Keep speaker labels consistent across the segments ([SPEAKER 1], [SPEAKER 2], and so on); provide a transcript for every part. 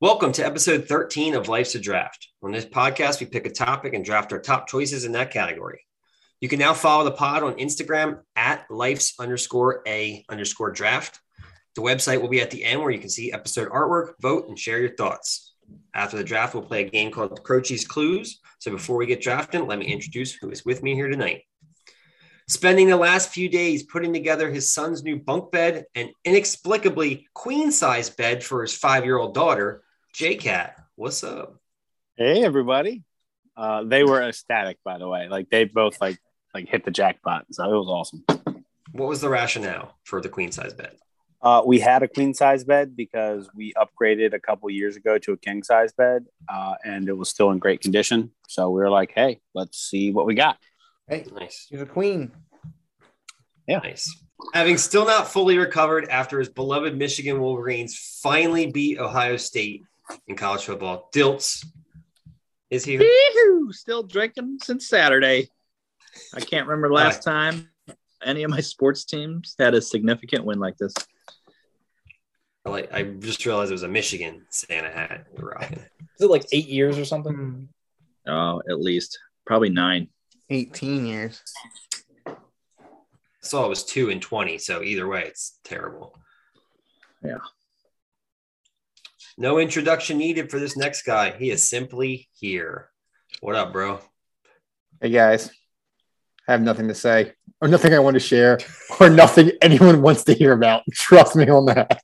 [SPEAKER 1] Welcome to episode 13 of Life's a Draft. On this podcast, we pick a topic and draft our top choices in that category. You can now follow the pod on Instagram at life's underscore a underscore draft. The website will be at the end where you can see episode artwork, vote, and share your thoughts. After the draft, we'll play a game called Croce's Clues. So before we get drafted, let me introduce who is with me here tonight. Spending the last few days putting together his son's new bunk bed and inexplicably queen size bed for his five year old daughter, JCat, what's up?
[SPEAKER 2] Hey everybody. Uh, they were ecstatic by the way. Like they both like like hit the jackpot. So it was awesome.
[SPEAKER 1] What was the rationale for the queen size bed?
[SPEAKER 2] Uh, we had a queen size bed because we upgraded a couple years ago to a king size bed uh, and it was still in great condition. So we were like, hey, let's see what we got.
[SPEAKER 3] Hey,
[SPEAKER 1] Nice,
[SPEAKER 3] she's a queen.
[SPEAKER 1] nice. Having still not fully recovered after his beloved Michigan Wolverines finally beat Ohio State in college football, Dilts is here.
[SPEAKER 4] Yee-hoo, still drinking since Saturday. I can't remember the last time any of my sports teams had a significant win like this.
[SPEAKER 1] I Like I just realized it was a Michigan Santa hat. you're rocking.
[SPEAKER 5] Is it like eight years or something?
[SPEAKER 4] Oh, at least probably nine.
[SPEAKER 3] 18 years.
[SPEAKER 1] I saw it was two and twenty, so either way, it's terrible.
[SPEAKER 4] Yeah.
[SPEAKER 1] No introduction needed for this next guy. He is simply here. What up, bro?
[SPEAKER 6] Hey guys, I have nothing to say, or nothing I want to share, or nothing anyone wants to hear about. Trust me on that.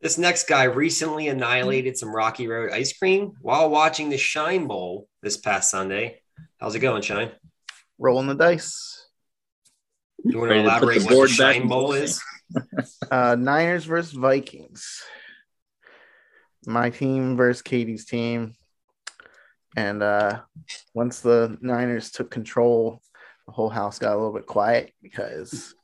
[SPEAKER 1] This next guy recently annihilated some Rocky Road ice cream while watching the Shine Bowl this past Sunday. How's it going, Shine?
[SPEAKER 3] Rolling the dice.
[SPEAKER 1] You want to
[SPEAKER 4] Ready to put
[SPEAKER 1] elaborate
[SPEAKER 4] the
[SPEAKER 1] what the
[SPEAKER 4] board back
[SPEAKER 1] Shine
[SPEAKER 4] in
[SPEAKER 1] Bowl
[SPEAKER 4] place.
[SPEAKER 1] is?
[SPEAKER 3] Uh, Niners versus Vikings. My team versus Katie's team. And uh, once the Niners took control, the whole house got a little bit quiet because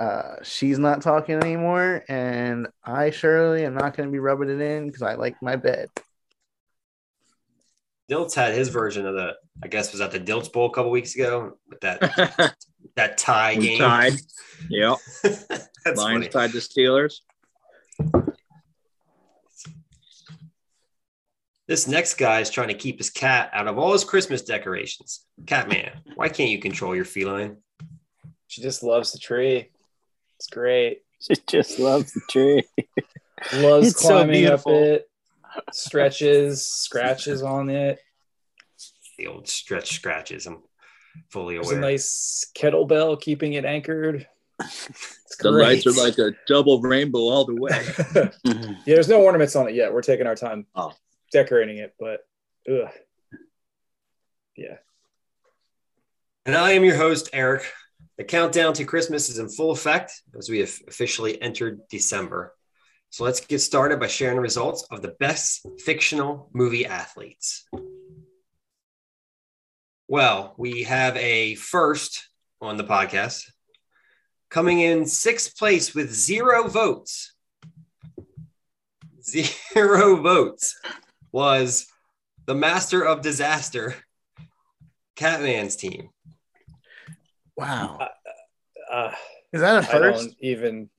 [SPEAKER 3] uh, she's not talking anymore. And I surely am not going to be rubbing it in because I like my bed.
[SPEAKER 1] Dilts had his version of the, I guess, was at the Dilts Bowl a couple weeks ago with that that tie
[SPEAKER 4] we
[SPEAKER 1] game.
[SPEAKER 4] tied. Yep.
[SPEAKER 1] That's funny.
[SPEAKER 4] Lions tied the Steelers.
[SPEAKER 1] This next guy is trying to keep his cat out of all his Christmas decorations. Catman, why can't you control your feline?
[SPEAKER 5] She just loves the tree. It's great.
[SPEAKER 2] She just loves the tree.
[SPEAKER 5] Loves
[SPEAKER 2] It's so
[SPEAKER 5] climbing up
[SPEAKER 2] beautiful.
[SPEAKER 5] it, stretches, scratches on it.
[SPEAKER 1] The old stretch scratches. I'm fully
[SPEAKER 5] There's
[SPEAKER 1] aware.
[SPEAKER 5] a nice kettlebell keeping it anchored. It's
[SPEAKER 4] The
[SPEAKER 5] great.
[SPEAKER 4] lights are like a double rainbow all the way.
[SPEAKER 5] yeah, there's no ornaments on it yet. We're taking our time
[SPEAKER 2] Oh.
[SPEAKER 5] decorating it, but ugh.
[SPEAKER 1] And I am your host, Eric. The countdown to Christmas is in full effect as we have officially entered December. So let's get started by sharing the results of the best fictional movie athletes. Well, we have a first on the podcast. Coming in sixth place with zero votes. Zero votes was the master of disaster, Catman's team.
[SPEAKER 3] Wow.
[SPEAKER 5] Uh,
[SPEAKER 3] Is that a
[SPEAKER 5] I
[SPEAKER 3] first?
[SPEAKER 5] don't even.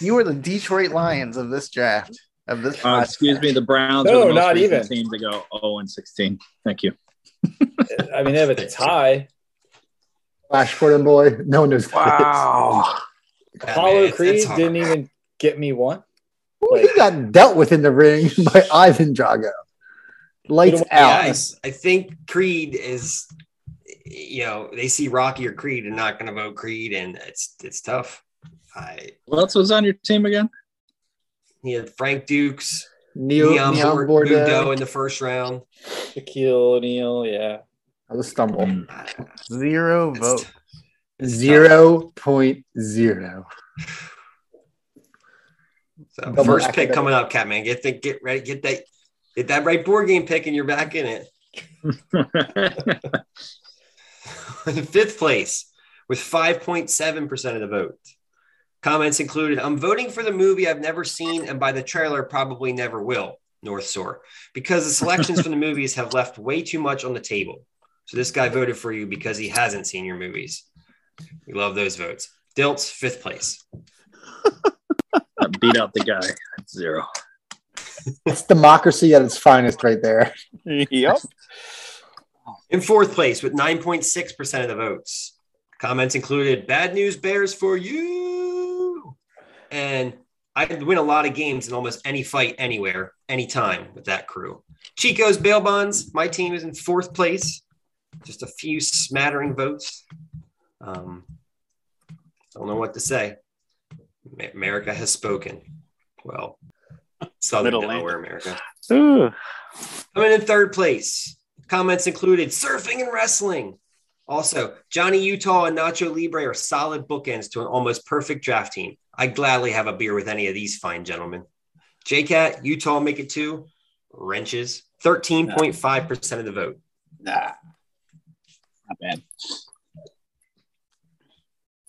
[SPEAKER 3] You were the Detroit Lions of this draft, of this
[SPEAKER 4] Uh,
[SPEAKER 3] podcast.
[SPEAKER 4] excuse me, the Browns
[SPEAKER 5] No,
[SPEAKER 4] are the most
[SPEAKER 5] not
[SPEAKER 4] recent team
[SPEAKER 5] even.
[SPEAKER 4] to go 0 and 16. Thank you.
[SPEAKER 5] I mean, they have a tie.
[SPEAKER 6] Flash Gordon boy, no one knows.
[SPEAKER 1] Yeah, man,
[SPEAKER 5] Apollo
[SPEAKER 1] it's- it's
[SPEAKER 5] Creed
[SPEAKER 1] hard.
[SPEAKER 5] didn't even get me one.
[SPEAKER 6] Who is. Ooh, he got dealt with in the ring by Ivan Drago. Lights
[SPEAKER 5] Little-
[SPEAKER 1] Yeah,
[SPEAKER 6] out.
[SPEAKER 1] I, s- I think Creed is, you know, they see Rocky or Creed and not going to vote Creed, and it's it's tough. I
[SPEAKER 4] What else was on your team again?
[SPEAKER 1] he had Frank Dukes,
[SPEAKER 6] Neo,
[SPEAKER 1] Neon,
[SPEAKER 6] Neon uh,
[SPEAKER 1] Bord-
[SPEAKER 6] Bordeaux.
[SPEAKER 1] Bordeaux in the first round.
[SPEAKER 5] Shaquille O'Neal, yeah.
[SPEAKER 6] That was a stumble.
[SPEAKER 1] I-
[SPEAKER 3] Zero
[SPEAKER 1] it's
[SPEAKER 3] vote.
[SPEAKER 1] t-
[SPEAKER 6] Zero point zero.
[SPEAKER 1] so
[SPEAKER 6] Double
[SPEAKER 1] first pick
[SPEAKER 6] academic.
[SPEAKER 1] coming up, Catman. Get the, get ready, get that get that right board game pick, and you're back in it. in fifth place with 5.7% of the vote. Comments included I'm voting for the movie I've never seen and by the trailer probably never will, North Shore, because the selections from the movies have left way too much on the table. So this guy voted for you because he hasn't seen your movies. We love those votes. Dilts, fifth place.
[SPEAKER 4] beat out the guy. Zero.
[SPEAKER 6] It's democracy at its finest right there.
[SPEAKER 2] yep.
[SPEAKER 1] In fourth place with 9.6% of the votes. Comments included bad news bears for you. And I could win a lot of games in almost any fight, anywhere, anytime with that crew. Chico's bail bonds. My team is in fourth place. Just a few smattering votes. Um, don't know what to say. Ma- America has spoken. Well, Southern
[SPEAKER 2] Middle
[SPEAKER 1] Delaware, America.
[SPEAKER 2] Ooh.
[SPEAKER 1] Coming in third place. Comments included surfing and wrestling. Also, Johnny Utah and Nacho Libre are solid bookends to an almost perfect draft team. I gladly have a beer with any of these fine gentlemen. JCat, Utah make it two. Wrenches, 13.5% of the vote.
[SPEAKER 2] Nah. Not bad.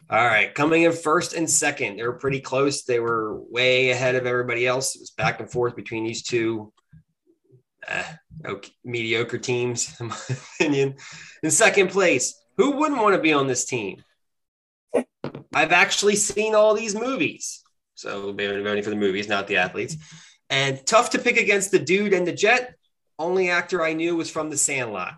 [SPEAKER 1] All right, coming in first and second, they were pretty close. They were way ahead of everybody else. It was back and forth between these two uh, ok- mediocre teams, in my opinion. In second place, who wouldn't want to be on this team? I've actually seen all these movies, so we're voting for the movies, not the athletes. And tough to pick against the dude and the jet. Only actor I knew was from The Sandlot.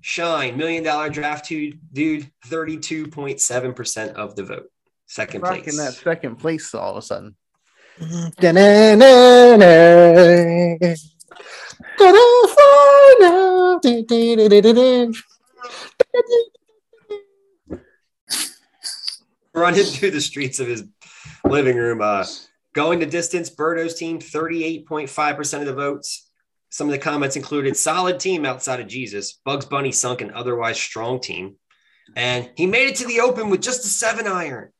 [SPEAKER 1] Shine, million dollar draft to dude, 32.7% of the vote. Second
[SPEAKER 3] Rocking
[SPEAKER 1] place.
[SPEAKER 3] that second place all of a sudden.
[SPEAKER 1] Running through the streets of his living room. Uh, going the distance, Birdo's team, 38.5% of the votes. Some of the comments included solid team outside of Jesus, Bugs Bunny sunk an otherwise strong team. And he made it to the open with just a seven iron.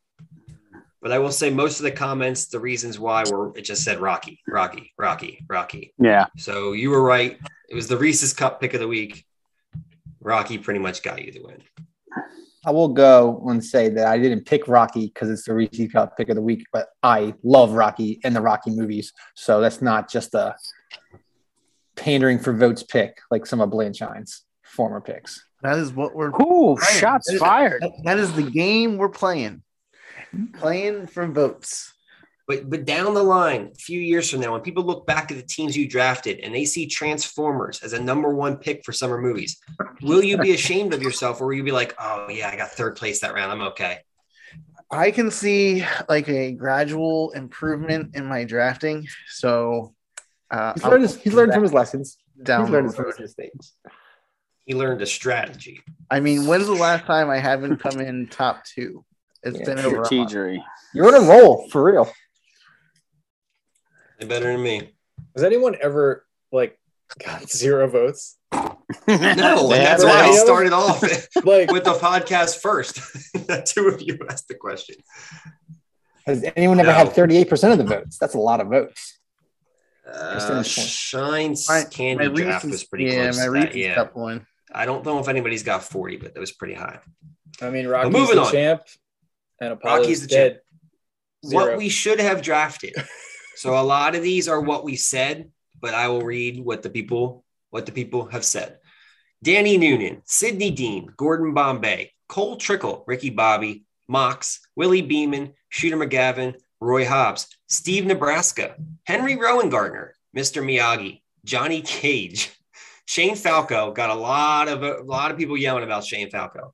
[SPEAKER 1] But I will say most of the comments, the reasons why were it just said Rocky, Rocky, Rocky, Rocky.
[SPEAKER 2] Yeah.
[SPEAKER 1] So you were right. It was the Reese's Cup pick of the week. Rocky pretty much got you the win.
[SPEAKER 6] I will go and say that I didn't pick Rocky because it's the Reese's Cup pick of the week, but I love Rocky and the Rocky movies. So that's not just a pandering for votes pick like some of Blanchine's former picks.
[SPEAKER 3] That is what we're
[SPEAKER 2] Cool. Shots fired.
[SPEAKER 3] that- that is the game we're playing. Playing for votes.
[SPEAKER 1] But but down the line, a few years from now, when people look back at the teams you drafted and they see Transformers as a number one pick for summer movies, will you be ashamed of yourself, or will you be like, "Oh yeah, I got third place that round. I'm okay."
[SPEAKER 3] I can see like a gradual improvement in my drafting. So uh,
[SPEAKER 6] He's
[SPEAKER 3] I'll
[SPEAKER 6] learned, his, he's learned from his lessons.
[SPEAKER 3] down
[SPEAKER 6] he's
[SPEAKER 3] the
[SPEAKER 6] learned his- from
[SPEAKER 3] road.
[SPEAKER 6] his mistakes.
[SPEAKER 1] He learned a strategy.
[SPEAKER 3] I mean, when's the last time I haven't come in top two? It's
[SPEAKER 6] Yeah,
[SPEAKER 3] been over. a month.
[SPEAKER 2] Strategery.
[SPEAKER 6] You're on a roll for real.
[SPEAKER 1] They're better than me.
[SPEAKER 5] Has anyone ever like got zero votes?
[SPEAKER 1] No, and that's
[SPEAKER 5] have
[SPEAKER 1] why I
[SPEAKER 5] it.
[SPEAKER 1] started off with
[SPEAKER 5] Like
[SPEAKER 1] the podcast first. the two of you asked the question.
[SPEAKER 6] Has anyone ever
[SPEAKER 1] No.
[SPEAKER 6] had 38% of the votes? That's a lot of votes.
[SPEAKER 1] Uh, Shine's
[SPEAKER 3] My-
[SPEAKER 1] candy draft
[SPEAKER 3] Reese's-
[SPEAKER 1] was pretty
[SPEAKER 3] yeah,
[SPEAKER 1] close.
[SPEAKER 3] my
[SPEAKER 1] to that,
[SPEAKER 3] Reese's
[SPEAKER 1] yeah,
[SPEAKER 3] Cup one.
[SPEAKER 1] I don't know if anybody's got 40, but that was pretty high.
[SPEAKER 5] I mean, Rocky's
[SPEAKER 1] moving
[SPEAKER 5] the
[SPEAKER 1] on.
[SPEAKER 5] champ, and Apollo's
[SPEAKER 1] Rocky's the
[SPEAKER 5] dead. Zero.
[SPEAKER 1] what we should have drafted. so a lot of these are what we said, but I will read what the people what the people have said. Danny Noonan, Sidney Dean, Gordon Bombay, Cole Trickle, Ricky Bobby, Mox, Willie Beeman, Shooter McGavin, Roy Hobbs, Steve Nebraska, Henry Rowan Gardner, Mr. Miyagi, Johnny Cage, Shane Falco got a lot of a lot of people yelling about Shane Falco.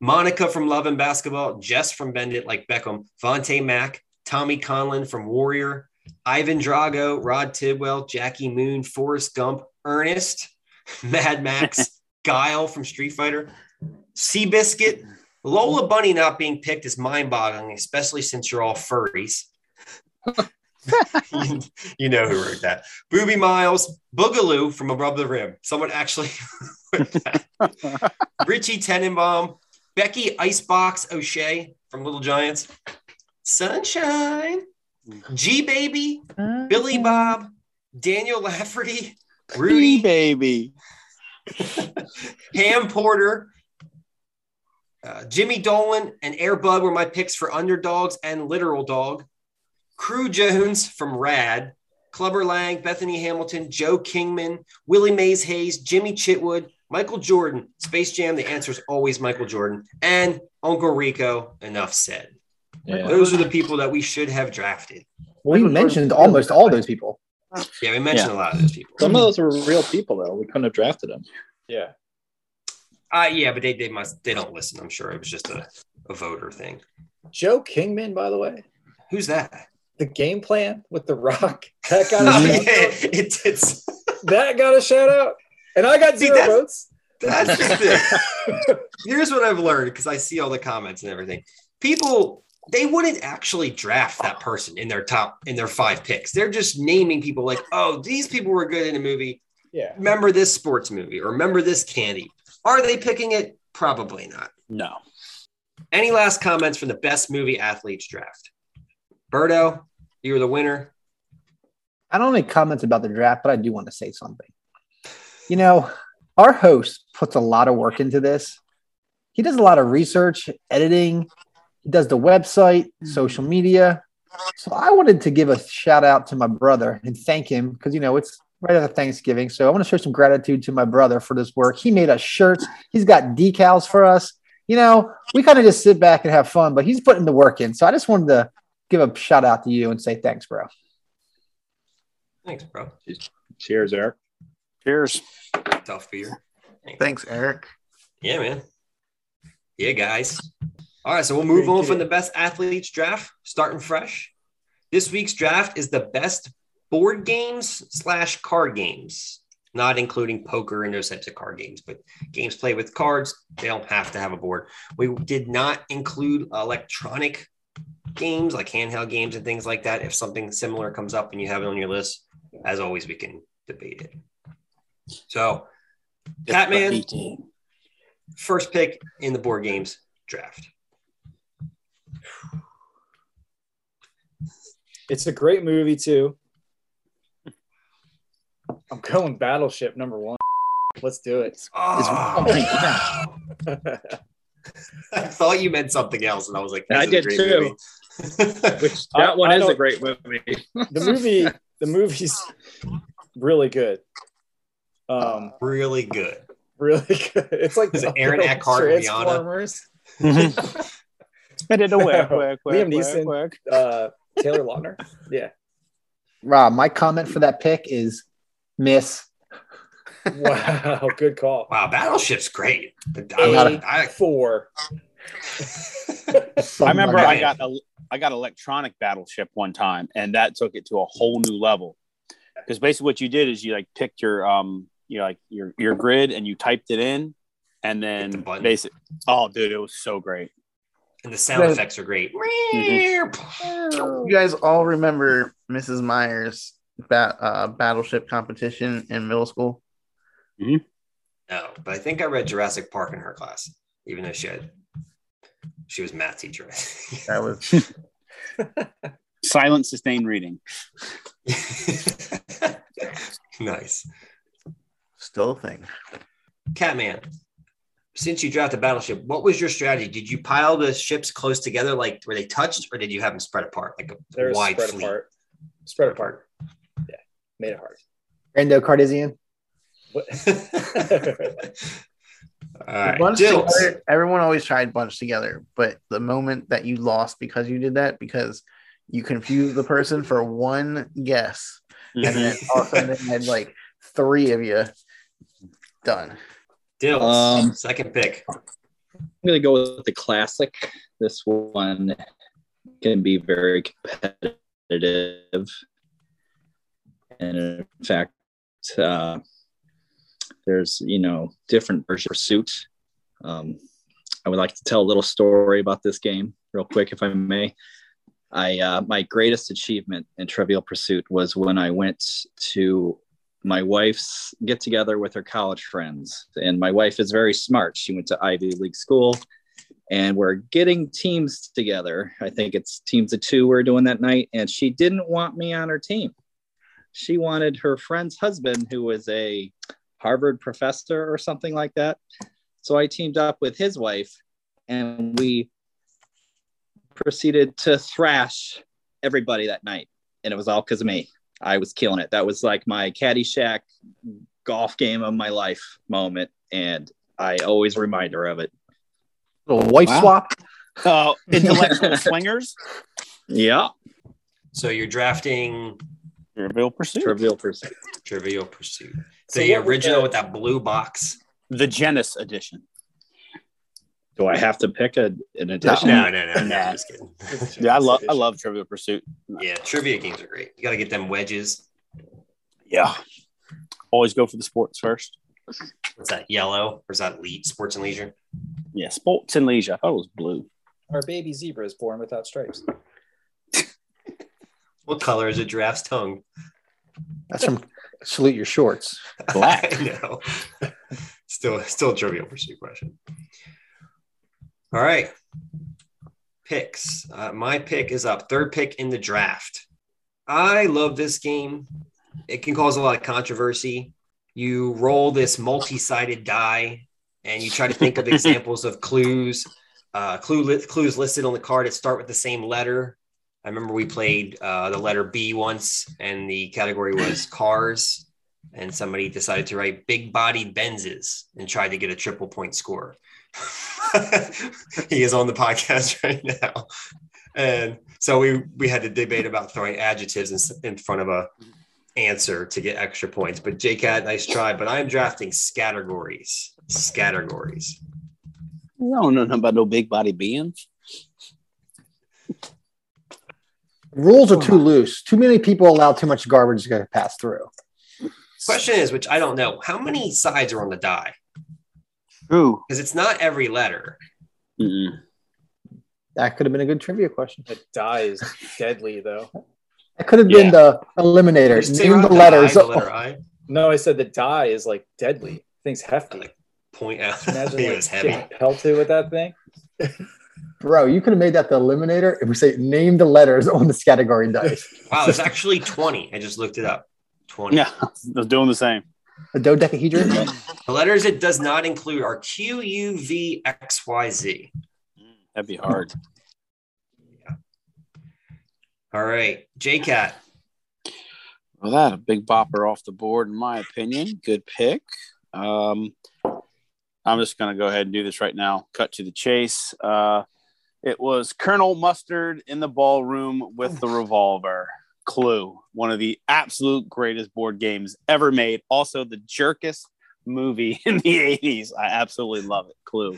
[SPEAKER 1] Monica from Love and Basketball, Jess from Bend It Like Beckham, Vontae Mack, Tommy Conlon from Warrior, Ivan Drago, Rod Tidwell, Jackie Moon, Forrest Gump, Ernest, Mad Max, Guile from Street Fighter, Seabiscuit, Lola Bunny not being picked is mind boggling, especially since you're all furries. you know who wrote that. Booby Miles, Boogaloo from Above the Rim. Someone actually wrote that. Richie Tenenbaum, Becky Icebox O'Shea from Little Giants, Sunshine, G Baby, Billy Bob, Daniel Lafferty, Rudy,
[SPEAKER 2] baby.
[SPEAKER 1] Ham Porter, uh, Jimmy Dolan, and Airbud were my picks for underdogs and literal dog. Crew Jones from Rad, Clubber Lang, Bethany Hamilton, Joe Kingman, Willie Mays Hayes, Jimmy Chitwood, Michael Jordan, Space Jam. The answer is always Michael Jordan and Uncle Rico. Enough said.
[SPEAKER 5] Yeah.
[SPEAKER 1] Those are the people that we should have drafted.
[SPEAKER 6] We mentioned almost all those people.
[SPEAKER 1] Yeah, we mentioned a lot of those people.
[SPEAKER 4] Some of those were real people, though. We couldn't have drafted them.
[SPEAKER 5] Yeah.
[SPEAKER 1] Uh, yeah, but they, they must they don't listen. I'm sure it was just a, a voter thing.
[SPEAKER 5] Joe Kingman, by the way,
[SPEAKER 1] Who's that?
[SPEAKER 5] the game plan with The Rock. That got
[SPEAKER 1] Oh,
[SPEAKER 5] a
[SPEAKER 1] yeah,
[SPEAKER 5] shout out.
[SPEAKER 1] it, it's
[SPEAKER 5] That got a shout out. And I got
[SPEAKER 1] See,
[SPEAKER 5] zero
[SPEAKER 1] that's-
[SPEAKER 5] votes.
[SPEAKER 1] That's just it. Here's what I've learned because I see all the comments and everything. People they wouldn't actually draft that person in their top in their five picks. They're just naming people like, oh, these people were good in a movie.
[SPEAKER 5] Yeah.
[SPEAKER 1] Remember this sports movie or remember this candy. Are they picking it? Probably not.
[SPEAKER 2] No.
[SPEAKER 1] Any last comments from the best movie athletes draft? Birdo, you were the winner.
[SPEAKER 6] I don't have any comments about the draft, but I do want to say something. You know, our host puts a lot of work into this. He does a lot of research, editing, he does the website, social media. So I wanted to give a shout out to my brother and thank him because, you know, it's right after Thanksgiving. So I want to show some gratitude to my brother for this work. He made us shirts, he's got decals for us. You know, we kind of just sit back and have fun, but he's putting the work in. So I just wanted to give a shout out to you and say thanks, bro.
[SPEAKER 1] Thanks, bro.
[SPEAKER 4] Cheers, Eric.
[SPEAKER 2] Cheers.
[SPEAKER 1] Tough beer.
[SPEAKER 3] Thanks, Eric.
[SPEAKER 1] Yeah, man. Yeah, guys. All right, so we'll move on from the best athletes draft, starting fresh. This week's draft is the best board games slash card games, not including poker and those types of card games, but games played with cards. They don't have to have a board. We did not include electronic games like handheld games and things like that. If something similar comes up and you have it on your list, as always, we can debate it. So, Batman first pick in the board games draft.
[SPEAKER 5] It's a great movie, too. I'm going Battleship number one. Let's do it.
[SPEAKER 1] Oh, I thought you meant something else, and I was like,
[SPEAKER 4] I
[SPEAKER 1] this is
[SPEAKER 4] did
[SPEAKER 1] a great
[SPEAKER 4] too.
[SPEAKER 1] movie.
[SPEAKER 4] Which that
[SPEAKER 5] I-
[SPEAKER 4] one
[SPEAKER 5] I
[SPEAKER 4] is a
[SPEAKER 5] don't-
[SPEAKER 4] great movie.
[SPEAKER 5] The movie, the movie's really good. Um,
[SPEAKER 1] really good.
[SPEAKER 5] really good. It's like
[SPEAKER 1] Is it Aaron Eckhart and Rihanna?
[SPEAKER 5] Transformers.
[SPEAKER 2] Mm-hmm. Spit it away. Quick, quick,
[SPEAKER 5] Liam
[SPEAKER 2] quick,
[SPEAKER 5] Neeson.
[SPEAKER 2] quick.
[SPEAKER 5] Uh, Taylor Lautner. Yeah.
[SPEAKER 6] Rob, my comment for that pick is miss.
[SPEAKER 5] Wow. Good call.
[SPEAKER 1] Wow, Battleship's great. I,
[SPEAKER 5] Eight,
[SPEAKER 1] I,
[SPEAKER 5] four.
[SPEAKER 2] I remember
[SPEAKER 1] God.
[SPEAKER 2] I got a, I got electronic battleship one time, and that took it to a whole new level. Because basically, what you did is you like picked your um, you know, like your your grid, and you typed it in, and
[SPEAKER 1] Hit
[SPEAKER 2] then
[SPEAKER 1] the button.
[SPEAKER 2] basic. Oh, dude, it was so great.
[SPEAKER 1] and the sound
[SPEAKER 6] Right.
[SPEAKER 1] effects are great.
[SPEAKER 4] Mm-hmm.
[SPEAKER 3] You guys all remember Mrs. Myers' bat, uh, battleship competition in middle school?
[SPEAKER 1] No, but I think I read Jurassic Park in her class, even though she had she was math teacher.
[SPEAKER 3] That was
[SPEAKER 2] Silent sustained reading.
[SPEAKER 1] nice.
[SPEAKER 3] still a thing.
[SPEAKER 1] Catman, since you drafted Battleship, what was your strategy? Did you pile the ships close together, like were they touched, or did you have them spread apart, like a
[SPEAKER 5] They're
[SPEAKER 1] wide
[SPEAKER 5] spread
[SPEAKER 1] fleet?
[SPEAKER 5] apart. Spread apart. Yeah. Made it hard.
[SPEAKER 6] Brando Cardassian.
[SPEAKER 1] All right,
[SPEAKER 3] Bunch
[SPEAKER 1] Dills.
[SPEAKER 3] together, everyone always tried bunch together, but the moment that you lost because you did that, because you confused the person for one guess, and then all of a sudden they had like three of you done.
[SPEAKER 1] Dills,
[SPEAKER 4] Um,
[SPEAKER 1] second pick.
[SPEAKER 4] I'm going to go with the classic. This one can be very competitive. And in fact, uh, there's, you know, different versions of pursuit. Um, I would like to tell a little story about this game real quick, if I may. I, uh, my greatest achievement in Trivial Pursuit was when I went to my wife's get together with her college friends. And my wife is very smart. She went to Ivy League school and we're getting teams together. I think it's teams of two we're doing that night. And she didn't want me on her team. She wanted her friend's husband, who was a Harvard professor or something like that. So I teamed up with his wife and we proceeded to thrash everybody that night. And it was all because of me. I was killing it. That was like my Caddyshack golf game of my life moment, and I always remind her of it.
[SPEAKER 6] Little wife
[SPEAKER 2] Wow.
[SPEAKER 6] swap.
[SPEAKER 2] Uh, Oh, intellectual swingers.
[SPEAKER 4] Yeah,
[SPEAKER 1] So you're drafting
[SPEAKER 2] Trivial Pursuit.
[SPEAKER 4] Trivial Pursuit.
[SPEAKER 1] Trivial Pursuit.
[SPEAKER 5] So
[SPEAKER 1] the
[SPEAKER 5] what was
[SPEAKER 1] original
[SPEAKER 5] that?
[SPEAKER 1] with that blue box.
[SPEAKER 2] The Genesis edition.
[SPEAKER 4] Do I have to pick a, an
[SPEAKER 1] No,
[SPEAKER 4] addition?
[SPEAKER 1] no, no, no.
[SPEAKER 2] Nah.
[SPEAKER 1] Just kidding.
[SPEAKER 2] Yeah, I love I love Trivial Pursuit.
[SPEAKER 1] yeah, trivia games are great. You got to get them wedges.
[SPEAKER 2] Yeah. Always go for the sports first.
[SPEAKER 1] What's that? Yellow or is that le- sports and leisure?
[SPEAKER 2] Yeah, sports and leisure. I thought it was blue.
[SPEAKER 5] Our baby zebra is born without stripes.
[SPEAKER 1] What color is a giraffe's tongue?
[SPEAKER 6] That's from Salute Your Shorts.
[SPEAKER 2] Black.
[SPEAKER 1] I know. still, still a trivial pursuit question. All right. Picks. Uh, my pick is up. Third pick in the draft. I love this game. It can cause a lot of controversy. You roll this multi sided die and you try to think of examples of clues, uh, clue li- clues listed on the card that start with the same letter. I remember we played uh, the letter B once, and the category was cars and somebody decided to write big body Benzes and tried to get a triple point score. he is on the podcast right now. And so we we had to debate about throwing adjectives in, s- in front of a answer to get extra points. But JCat, nice try. But I'm drafting scattergories. Scattergories.
[SPEAKER 2] You don't know nothing about no big body beings.
[SPEAKER 6] Rules are too loose. Too many people allow too much garbage to pass through.
[SPEAKER 1] Question is, which I don't know, how many sides are on the die?
[SPEAKER 2] True.
[SPEAKER 1] Because it's not every letter.
[SPEAKER 2] Mm-mm.
[SPEAKER 6] That could have been a good trivia question.
[SPEAKER 5] The die is deadly, though.
[SPEAKER 6] That could have been
[SPEAKER 2] Yeah.
[SPEAKER 6] the
[SPEAKER 1] Did
[SPEAKER 6] eliminator.
[SPEAKER 1] you say
[SPEAKER 6] Name
[SPEAKER 1] right?
[SPEAKER 6] the
[SPEAKER 1] The
[SPEAKER 6] letters.
[SPEAKER 1] I, the letter I.
[SPEAKER 5] No, I said the die is like deadly. Thing's hefty.
[SPEAKER 1] Like, Point out.
[SPEAKER 5] Imagine
[SPEAKER 1] it
[SPEAKER 5] like,
[SPEAKER 1] was heavy.
[SPEAKER 5] getting pelted with that thing.
[SPEAKER 6] Oh, Bro, you could have made that the eliminator if we say name the letters on this category dice.
[SPEAKER 1] Wow, it's actually 20. I just looked it up. 20.
[SPEAKER 2] Yeah, I was doing the same.
[SPEAKER 6] The dodecahedron.
[SPEAKER 1] The letters it does not include are Q, U, V, X, Y, Z.
[SPEAKER 2] That'd be hard.
[SPEAKER 1] All right. JCat.
[SPEAKER 2] Well, that a big bopper off the board, in my opinion. Good pick. Um, I'm just going to go ahead and do this right now. Cut to the chase. Uh, it was Colonel Mustard in the ballroom with the revolver. Clue, one of the absolute greatest board games ever made. Also, the jerkest movie in the 80s. I absolutely love it. Clue.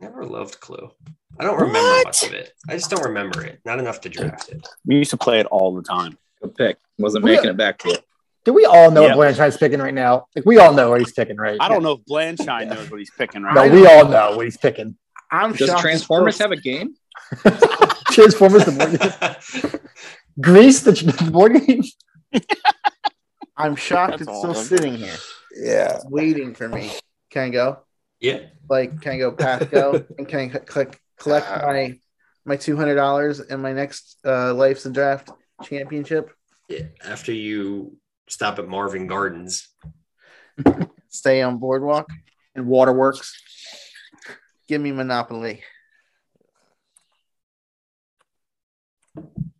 [SPEAKER 1] Never loved Clue. I don't remember
[SPEAKER 2] What?
[SPEAKER 1] much of it. I just don't remember it. Not enough to draft it.
[SPEAKER 2] We used to play it all the time.
[SPEAKER 4] Good pick. Wasn't
[SPEAKER 6] Well,
[SPEAKER 4] making it back to it.
[SPEAKER 6] Do we all know
[SPEAKER 2] Yeah.
[SPEAKER 6] what Blanchard's picking right now? Like we all know what he's picking, right?
[SPEAKER 2] I don't know if Blanchine knows what he's picking right
[SPEAKER 6] No,
[SPEAKER 2] now.
[SPEAKER 6] we all know what he's picking.
[SPEAKER 3] I'm
[SPEAKER 4] Does
[SPEAKER 3] shocked.
[SPEAKER 4] Transformers have a game?
[SPEAKER 6] Transformers the board game. Grease the, the board game.
[SPEAKER 3] I'm shocked
[SPEAKER 2] That's
[SPEAKER 3] it's
[SPEAKER 2] all
[SPEAKER 3] still
[SPEAKER 2] of them.
[SPEAKER 3] sitting here.
[SPEAKER 6] Yeah.
[SPEAKER 3] It's waiting for me. Can I go?
[SPEAKER 1] yeah.
[SPEAKER 3] Like, can I go past go? and can I cl- click collect my my two hundred dollars and my next uh, life's and draft championship?
[SPEAKER 1] Yeah. After you stop at Marvin Gardens.
[SPEAKER 3] Stay on boardwalk.
[SPEAKER 6] And Waterworks.
[SPEAKER 3] Give me Monopoly.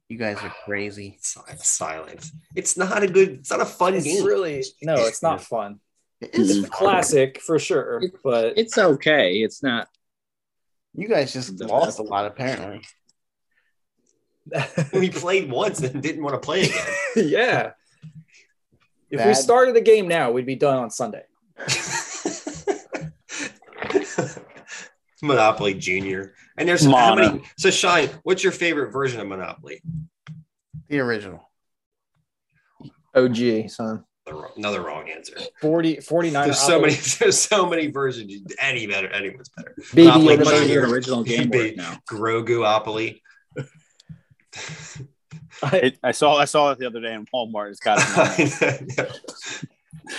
[SPEAKER 3] You guys are crazy.
[SPEAKER 1] It's silent. It's not a good, it's not a fun
[SPEAKER 5] It's
[SPEAKER 1] game.
[SPEAKER 5] really no. It's not fun.
[SPEAKER 3] It
[SPEAKER 5] It's
[SPEAKER 3] is
[SPEAKER 5] a classic for sure, but
[SPEAKER 4] It's okay. It's not.
[SPEAKER 3] You guys just
[SPEAKER 4] The
[SPEAKER 3] lost
[SPEAKER 4] best.
[SPEAKER 3] a lot, apparently.
[SPEAKER 1] we played once and didn't want to play again.
[SPEAKER 5] yeah. If we
[SPEAKER 3] Bad.
[SPEAKER 5] started the game now, we'd be done on Sunday.
[SPEAKER 1] Monopoly Junior. And there's how
[SPEAKER 2] Mono.
[SPEAKER 1] many? So, Shine, what's your favorite version of Monopoly?
[SPEAKER 3] The original.
[SPEAKER 6] OG, son.
[SPEAKER 1] The wrong- Another wrong answer.
[SPEAKER 5] 40, 49.
[SPEAKER 1] There's so many. There's so many versions. Any better? Anyone's better.
[SPEAKER 6] Baby
[SPEAKER 1] Not like
[SPEAKER 6] Yoda.
[SPEAKER 4] What's
[SPEAKER 1] Monopoly.
[SPEAKER 4] your original game
[SPEAKER 1] Ba-
[SPEAKER 4] board now?
[SPEAKER 1] Groguopoly.
[SPEAKER 5] I,
[SPEAKER 2] It, I saw I saw it the other day in Walmart. It's got it.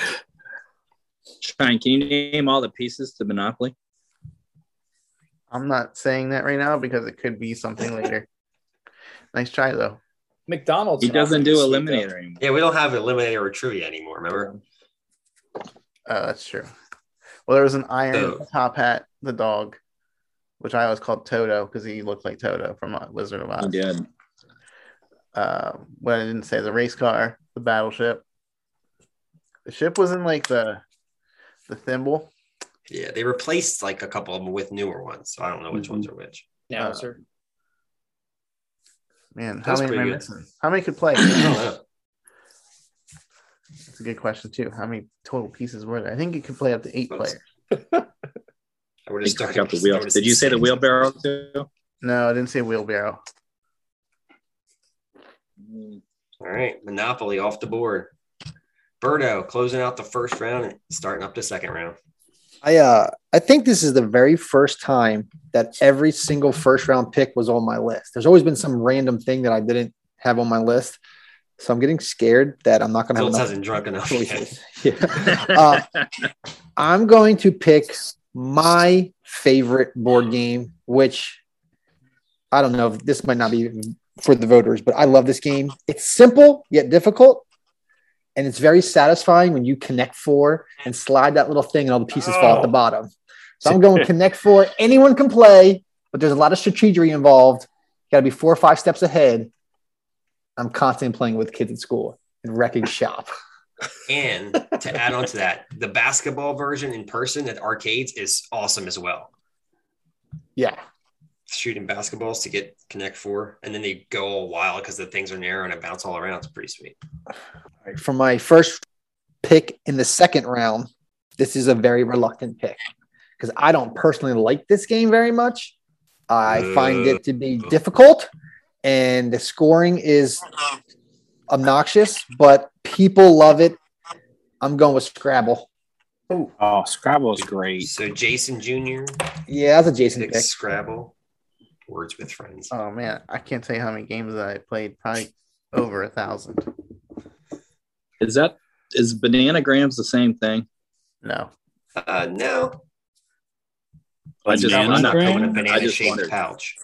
[SPEAKER 4] Shine, can you name all the pieces to Monopoly?
[SPEAKER 3] I'm not saying that right now because it could be something later. Nice try though.
[SPEAKER 5] McDonald's.
[SPEAKER 4] He doesn't do
[SPEAKER 5] Sweet, though.
[SPEAKER 4] Eliminator anymore.
[SPEAKER 1] yeah, we don't have eliminator or trivia anymore. Remember?
[SPEAKER 3] Oh, that's true. Well, there was an iron
[SPEAKER 1] So-
[SPEAKER 3] top hat, the dog, which I always called Toto because he looked like Toto from uh, Wizard of Oz.
[SPEAKER 4] He did.
[SPEAKER 3] Uh, what I didn't say, the race car, the battleship. The ship was in like the the thimble.
[SPEAKER 1] Yeah, they replaced like a couple of them with newer ones, so I don't know which ones are which.
[SPEAKER 5] No, sir.
[SPEAKER 3] Man, how
[SPEAKER 1] That's
[SPEAKER 3] many, am I
[SPEAKER 1] pretty good.
[SPEAKER 3] missing? how many could play?
[SPEAKER 1] I don't know.
[SPEAKER 3] That's a good question too. How many total pieces were there? I think it could play up to eight
[SPEAKER 1] That's-
[SPEAKER 3] players.
[SPEAKER 1] I would
[SPEAKER 4] They
[SPEAKER 1] have stuck
[SPEAKER 4] crack
[SPEAKER 1] it-
[SPEAKER 4] out the
[SPEAKER 1] I
[SPEAKER 4] wheel.
[SPEAKER 1] would've
[SPEAKER 4] Did you say the
[SPEAKER 1] said-
[SPEAKER 4] wheelbarrow too?
[SPEAKER 3] No, I didn't say wheelbarrow.
[SPEAKER 1] All right, Monopoly off the board. Birdo closing out the first round and starting up the second round.
[SPEAKER 6] I uh I think this is the very first time that every single first round pick was on my list. There's always been some random thing that I didn't have on my list. So I'm getting scared that I'm not gonna have
[SPEAKER 1] Dilts
[SPEAKER 6] enough
[SPEAKER 1] hasn't drunk enough yet.
[SPEAKER 6] choices. yeah. Uh, I'm going to pick my favorite board game, which I don't know. This might not be for the voters, but I love this game. It's simple yet difficult, and it's very satisfying when you connect four and slide that little thing, and all the pieces fall at the
[SPEAKER 5] Oh.
[SPEAKER 6] bottom. So I'm going connect four. Anyone can play, but there's a lot of strategy involved. You got to be four or five steps ahead. I'm constantly playing with kids at school and wrecking shop.
[SPEAKER 1] And to add on to that, the basketball version in person at arcades is awesome as well.
[SPEAKER 6] Yeah.
[SPEAKER 1] Shooting basketballs to get connect four, and then they go all wild because the things are narrow and it bounce all around. It's pretty sweet.
[SPEAKER 6] All right, for my first pick in the second round, this is a very reluctant pick because I don't personally like this game very much. I find it to be
[SPEAKER 2] Uh.
[SPEAKER 6] difficult and the scoring is obnoxious, but people love it. I'm going with Scrabble.
[SPEAKER 2] Oh, Scrabble is great.
[SPEAKER 1] So Jason Jr.
[SPEAKER 6] Yeah, that's a Jason pick.
[SPEAKER 1] picks Scrabble, Words with Friends.
[SPEAKER 4] Uh,
[SPEAKER 3] Oh man, I can't tell you how many games I played. Probably over a thousand.
[SPEAKER 4] Is that is bananagrams the same thing?
[SPEAKER 3] No,
[SPEAKER 1] Uh, no,
[SPEAKER 4] I just
[SPEAKER 1] that was
[SPEAKER 4] I'm
[SPEAKER 1] not
[SPEAKER 4] not-
[SPEAKER 1] coming in a
[SPEAKER 2] Bananagrams?
[SPEAKER 4] I
[SPEAKER 1] banana
[SPEAKER 4] just
[SPEAKER 1] shaped
[SPEAKER 4] wondered.
[SPEAKER 1] pouch.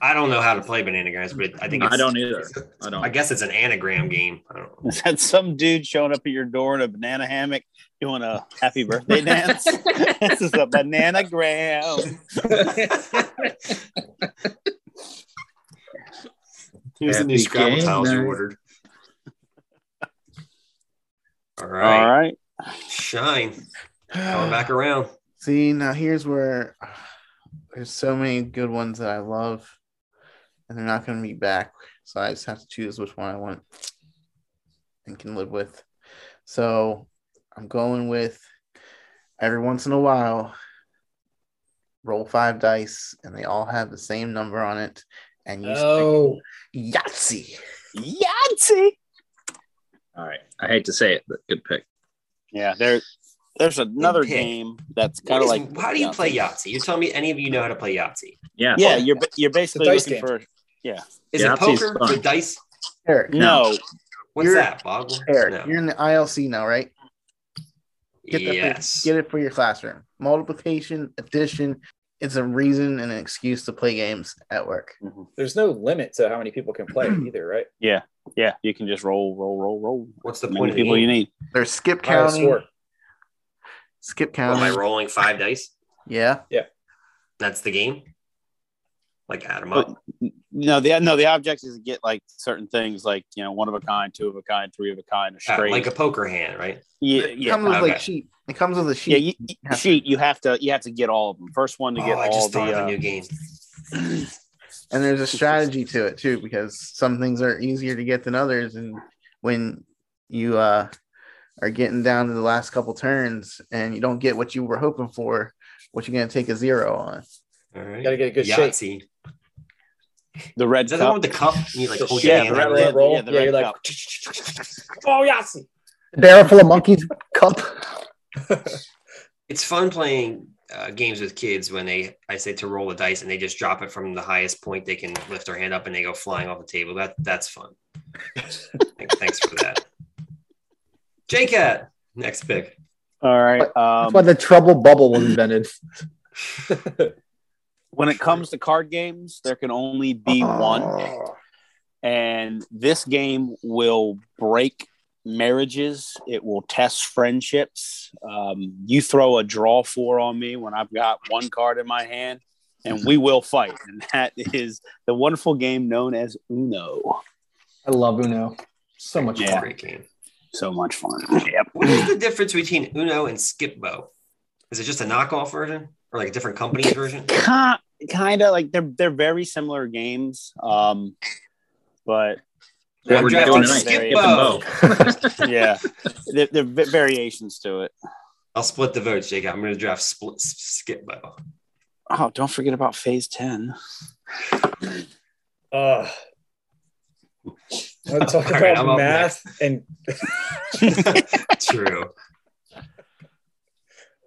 [SPEAKER 1] I don't know how to play banana guys, but I think it's,
[SPEAKER 4] I don't either. I don't.
[SPEAKER 1] I guess it's an anagram game. I don't know.
[SPEAKER 2] Is that some dude showing up at your door in a banana hammock doing a happy birthday dance? this is a banana gram.
[SPEAKER 1] Here's the new
[SPEAKER 4] Happy
[SPEAKER 1] Scrabble
[SPEAKER 4] game
[SPEAKER 1] tiles you
[SPEAKER 4] night.
[SPEAKER 1] ordered. All right.
[SPEAKER 2] All right.
[SPEAKER 1] Shine. Coming back around.
[SPEAKER 3] See, now here's where there's so many good ones that I love, and they're not going to be back. So I just have to choose which one I want and can live with. So I'm going with every once in a while, roll five dice, and they all have the same number on it. And you
[SPEAKER 5] Oh,
[SPEAKER 3] pick Yahtzee.
[SPEAKER 2] Yahtzee.
[SPEAKER 4] All right. I hate to say it, but good pick.
[SPEAKER 2] Yeah, there, there's another
[SPEAKER 1] Good pick.
[SPEAKER 2] game that's
[SPEAKER 1] What
[SPEAKER 2] kind of
[SPEAKER 1] is-
[SPEAKER 2] like.
[SPEAKER 1] how do you play Yahtzee? You tell me any of you know how to play Yahtzee.
[SPEAKER 4] Yeah.
[SPEAKER 2] Yeah, you're ba- you're basically
[SPEAKER 5] dice
[SPEAKER 2] looking for. Yeah.
[SPEAKER 1] Is it
[SPEAKER 4] Yahtzee's
[SPEAKER 1] poker
[SPEAKER 4] fun.
[SPEAKER 1] with dice?
[SPEAKER 3] Eric,
[SPEAKER 2] No,
[SPEAKER 1] What's
[SPEAKER 3] You're-
[SPEAKER 1] that, Bob?
[SPEAKER 3] Eric,
[SPEAKER 1] No.
[SPEAKER 3] you're in the ILC now, right? Get that for-
[SPEAKER 1] yes.
[SPEAKER 3] Get it for your classroom. Multiplication, addition, it's a reason and an excuse to play games at work.
[SPEAKER 5] there's no limit to how many people can play either, right?
[SPEAKER 2] yeah, you can just roll, roll, roll, roll.
[SPEAKER 1] What's the
[SPEAKER 2] How many
[SPEAKER 1] point of the
[SPEAKER 2] people you
[SPEAKER 1] game?
[SPEAKER 2] need?
[SPEAKER 3] There's skip
[SPEAKER 5] Highest
[SPEAKER 3] counting.
[SPEAKER 5] score.
[SPEAKER 3] Skip
[SPEAKER 1] Am I
[SPEAKER 3] counting.
[SPEAKER 1] rolling five dice?
[SPEAKER 3] Yeah.
[SPEAKER 1] That's the game? Like add them up.
[SPEAKER 2] No, the no the object is to get like certain things like you know one of a kind, two of a kind, three of a kind, a
[SPEAKER 1] Yeah,
[SPEAKER 2] straight.
[SPEAKER 1] like a poker hand, right?
[SPEAKER 2] yeah,
[SPEAKER 3] It
[SPEAKER 2] yeah,
[SPEAKER 3] comes with like
[SPEAKER 1] okay.
[SPEAKER 3] sheet. It comes with a sheet.
[SPEAKER 2] yeah. You,
[SPEAKER 3] have to-
[SPEAKER 2] sheet. You have to you have to get all of them. First one to
[SPEAKER 1] Oh,
[SPEAKER 2] get
[SPEAKER 1] I
[SPEAKER 2] all
[SPEAKER 1] just
[SPEAKER 2] the.
[SPEAKER 1] thought of a
[SPEAKER 2] uh,
[SPEAKER 1] new game.
[SPEAKER 3] and there's a strategy to it too, because some things are easier to get than others. And when you uh, are getting down to the last couple turns and you don't get what you were hoping for, what you're gonna take a zero on.
[SPEAKER 1] All
[SPEAKER 5] You
[SPEAKER 1] right.
[SPEAKER 5] got to get a good shake.
[SPEAKER 1] Yahtzee.
[SPEAKER 2] the red
[SPEAKER 1] Is that the one
[SPEAKER 2] cup.
[SPEAKER 1] with the cup? And you like oh,
[SPEAKER 5] The
[SPEAKER 1] hold
[SPEAKER 5] shake,
[SPEAKER 1] your
[SPEAKER 2] yeah,
[SPEAKER 1] hand
[SPEAKER 5] the
[SPEAKER 1] out?
[SPEAKER 5] red,
[SPEAKER 2] right,
[SPEAKER 5] red
[SPEAKER 2] yeah,
[SPEAKER 5] roll.
[SPEAKER 2] yeah,
[SPEAKER 5] Yeah,
[SPEAKER 2] the
[SPEAKER 5] you're
[SPEAKER 2] red
[SPEAKER 5] like, oh, Yahtzee.
[SPEAKER 6] Barrel full of monkeys cup.
[SPEAKER 1] It's fun playing uh, games with kids when they, I say, to roll the dice and they just drop it from the highest point they can lift their hand up and they go flying off the table. That that's fun. Thank- Thanks for that. JCat, next pick.
[SPEAKER 2] All right.
[SPEAKER 6] That's why
[SPEAKER 2] Um,
[SPEAKER 6] the trouble bubble was invented.
[SPEAKER 2] when it comes to card games, there can only be one.
[SPEAKER 6] Oh.
[SPEAKER 2] and this game will break marriages it will test friendships um, you throw a draw four on me when i've got one card in my hand and we will fight and that is the wonderful game known as uno
[SPEAKER 6] I love Uno. So much
[SPEAKER 2] Yeah.
[SPEAKER 6] fun.
[SPEAKER 1] Great game.
[SPEAKER 2] so much fun yep
[SPEAKER 1] What is the difference between Uno and Skipbo? Is it just a knockoff version or like a different company's version?
[SPEAKER 2] kind of like they're they're very similar games um but
[SPEAKER 1] I'm
[SPEAKER 2] we're
[SPEAKER 1] drafting
[SPEAKER 2] doing
[SPEAKER 4] tonight.
[SPEAKER 1] Skip
[SPEAKER 2] Skip
[SPEAKER 1] Bo.
[SPEAKER 2] yeah, there, there are va- variations to it.
[SPEAKER 1] I'll split the votes, Jacob. I'm going to draft split s- Skip Bo.
[SPEAKER 2] Oh, don't forget about phase 10.
[SPEAKER 5] Uh, want to talk
[SPEAKER 1] All right,
[SPEAKER 5] about
[SPEAKER 1] I'm up
[SPEAKER 5] math and
[SPEAKER 1] True.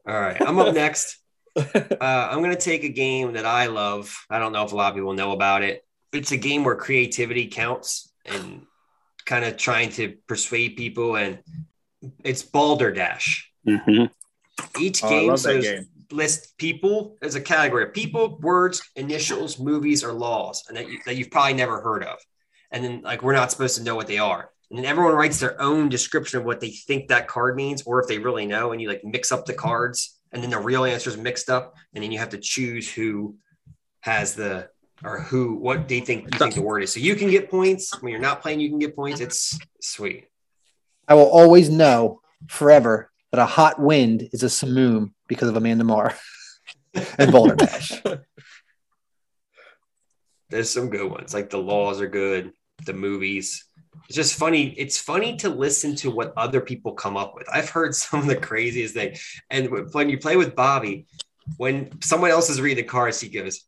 [SPEAKER 1] All right, I'm up next. Uh, I'm going to take a game that I love. I don't know if a lot of people know about it. It's a game where creativity counts and kind of trying to persuade people, and it's Balderdash.
[SPEAKER 2] Mm-hmm,
[SPEAKER 1] Each
[SPEAKER 2] Oh, I
[SPEAKER 1] game
[SPEAKER 2] love that
[SPEAKER 1] shows
[SPEAKER 2] game.
[SPEAKER 1] list people as a category of people, words, initials, movies, or laws, and that, you, that you've probably never heard of. And then, like, we're not supposed to know what they are. And then everyone writes their own description of what they think that card means, or if they really know, and you like mix up the cards, and then the real answer is mixed up, and then you have to choose who has the or who what they think you think the word is. So you can get points when you're not playing. You can get points. It's sweet.
[SPEAKER 6] I will always know forever that a hot wind is a simoom because of Amanda Marr and Boulder Dash.
[SPEAKER 1] there's some good ones like the laws are good the movies it's just funny it's funny to listen to what other people come up with i've heard some of the craziest things and when you play with bobby when someone else is reading the cards he goes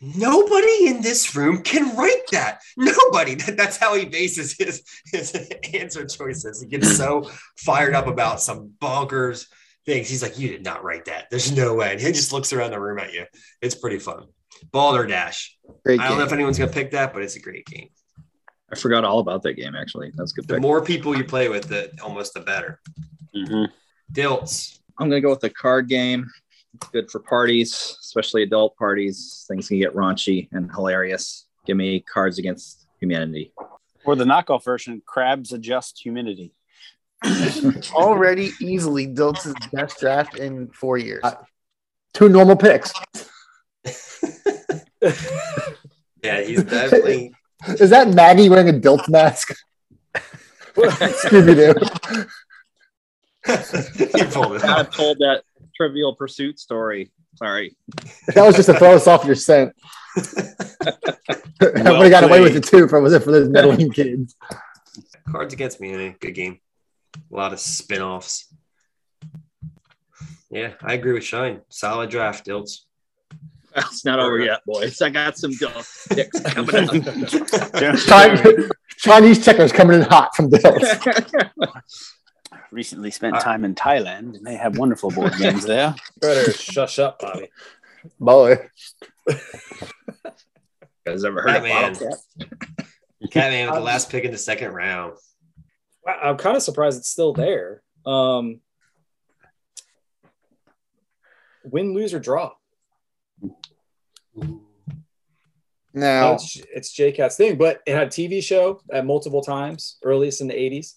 [SPEAKER 1] nobody in this room can write that nobody that's how he bases his his answer choices he gets so fired up about some bonkers things he's like you did not write that there's no way and he just looks around the room at you it's pretty fun balderdash
[SPEAKER 6] Great
[SPEAKER 1] I don't know
[SPEAKER 6] game.
[SPEAKER 1] if anyone's gonna pick that, but it's a great game.
[SPEAKER 4] I forgot all about that game actually. That's a good
[SPEAKER 1] The
[SPEAKER 4] pick.
[SPEAKER 1] more people you play with, the almost the better.
[SPEAKER 2] mm-hmm.
[SPEAKER 1] Dilts.
[SPEAKER 4] I'm gonna go with the card game. It's good for parties, especially adult parties. Things can get raunchy and hilarious. Give me Cards Against Humanity.
[SPEAKER 2] Or the knockoff version, crabs adjust humidity.
[SPEAKER 3] Already easily Dilt's best draft in four years.
[SPEAKER 6] Uh, Two normal picks.
[SPEAKER 1] Yeah, he's definitely
[SPEAKER 6] Is that Maggie wearing a Dilt mask? Scooby Doo.
[SPEAKER 1] he pulled it
[SPEAKER 4] I
[SPEAKER 1] off.
[SPEAKER 4] told that Trivial Pursuit story. Sorry.
[SPEAKER 6] That was just to throw us off your scent. I would have got away with it too if it wasn't for those meddling kids.
[SPEAKER 1] Cards Against Humanity, good game. A lot of spin-offs. Yeah, I agree with Shine. Solid draft, Dilts.
[SPEAKER 4] Well, it's not over yet, boys. I got some dumb dicks coming out.
[SPEAKER 6] Chi- Chinese checkers coming in hot from Dilt.
[SPEAKER 2] Recently spent time in Thailand and they have wonderful board games there.
[SPEAKER 5] better shush up, Bobby.
[SPEAKER 6] Boy.
[SPEAKER 4] You guys ever heard of
[SPEAKER 1] Batman.
[SPEAKER 4] Bottle Cap?
[SPEAKER 1] Catman with the last pick in the second round.
[SPEAKER 5] Wow, I'm kind of surprised it's still there. Um, win, lose, or draw.
[SPEAKER 6] Now,
[SPEAKER 5] It's, it's J Cat's thing, but it had a TV show at multiple times, earliest in the 80s.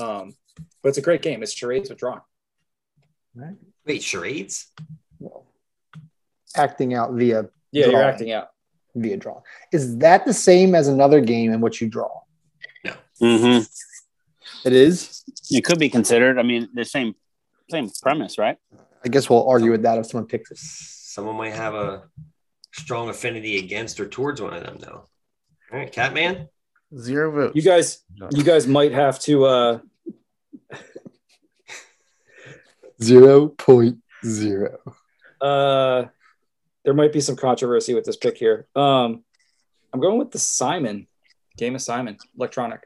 [SPEAKER 5] Um, but it's a great game. It's charades with drawing.
[SPEAKER 1] Wait, charades?
[SPEAKER 6] Oh. acting out via
[SPEAKER 5] Yeah, you're
[SPEAKER 6] Drawing.
[SPEAKER 5] acting out.
[SPEAKER 6] via draw. Is that the same as another game in which you draw?
[SPEAKER 2] Mm-hmm.
[SPEAKER 6] It is.
[SPEAKER 2] It could be considered. I mean, the same same premise, right?
[SPEAKER 6] I guess we'll argue with that if someone picks it.
[SPEAKER 1] Someone might have a strong affinity against or towards one of them, though. All right, Catman.
[SPEAKER 3] Zero votes.
[SPEAKER 5] You guys, you guys might have to. Uh,
[SPEAKER 6] Zero point zero.
[SPEAKER 5] uh, there might be some controversy with this pick here. Um, I'm going with the Simon game of Simon electronic.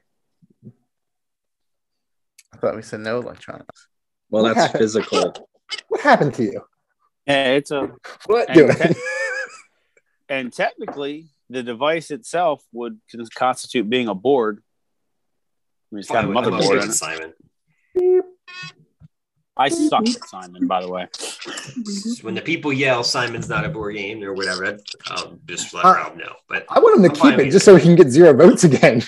[SPEAKER 3] I thought we said no electronics.
[SPEAKER 4] Well, that's physical.
[SPEAKER 6] What happened to you?
[SPEAKER 2] Yeah, it's a
[SPEAKER 5] What?
[SPEAKER 2] and,
[SPEAKER 6] Dude.
[SPEAKER 2] te- and technically the device itself would con- constitute being a board. I mean, it's got a
[SPEAKER 1] Fine, I'm okay
[SPEAKER 2] motherboard
[SPEAKER 1] with
[SPEAKER 2] in it.
[SPEAKER 1] Simon.
[SPEAKER 2] I suck at Simon, by the way.
[SPEAKER 1] when the people yell Simon's not a board game or whatever, that's- I'll just let
[SPEAKER 6] Uh,
[SPEAKER 1] Rob know. But
[SPEAKER 6] I want him
[SPEAKER 1] I'm
[SPEAKER 6] to
[SPEAKER 1] fine
[SPEAKER 6] keep
[SPEAKER 1] with
[SPEAKER 6] it just so he can get zero votes again.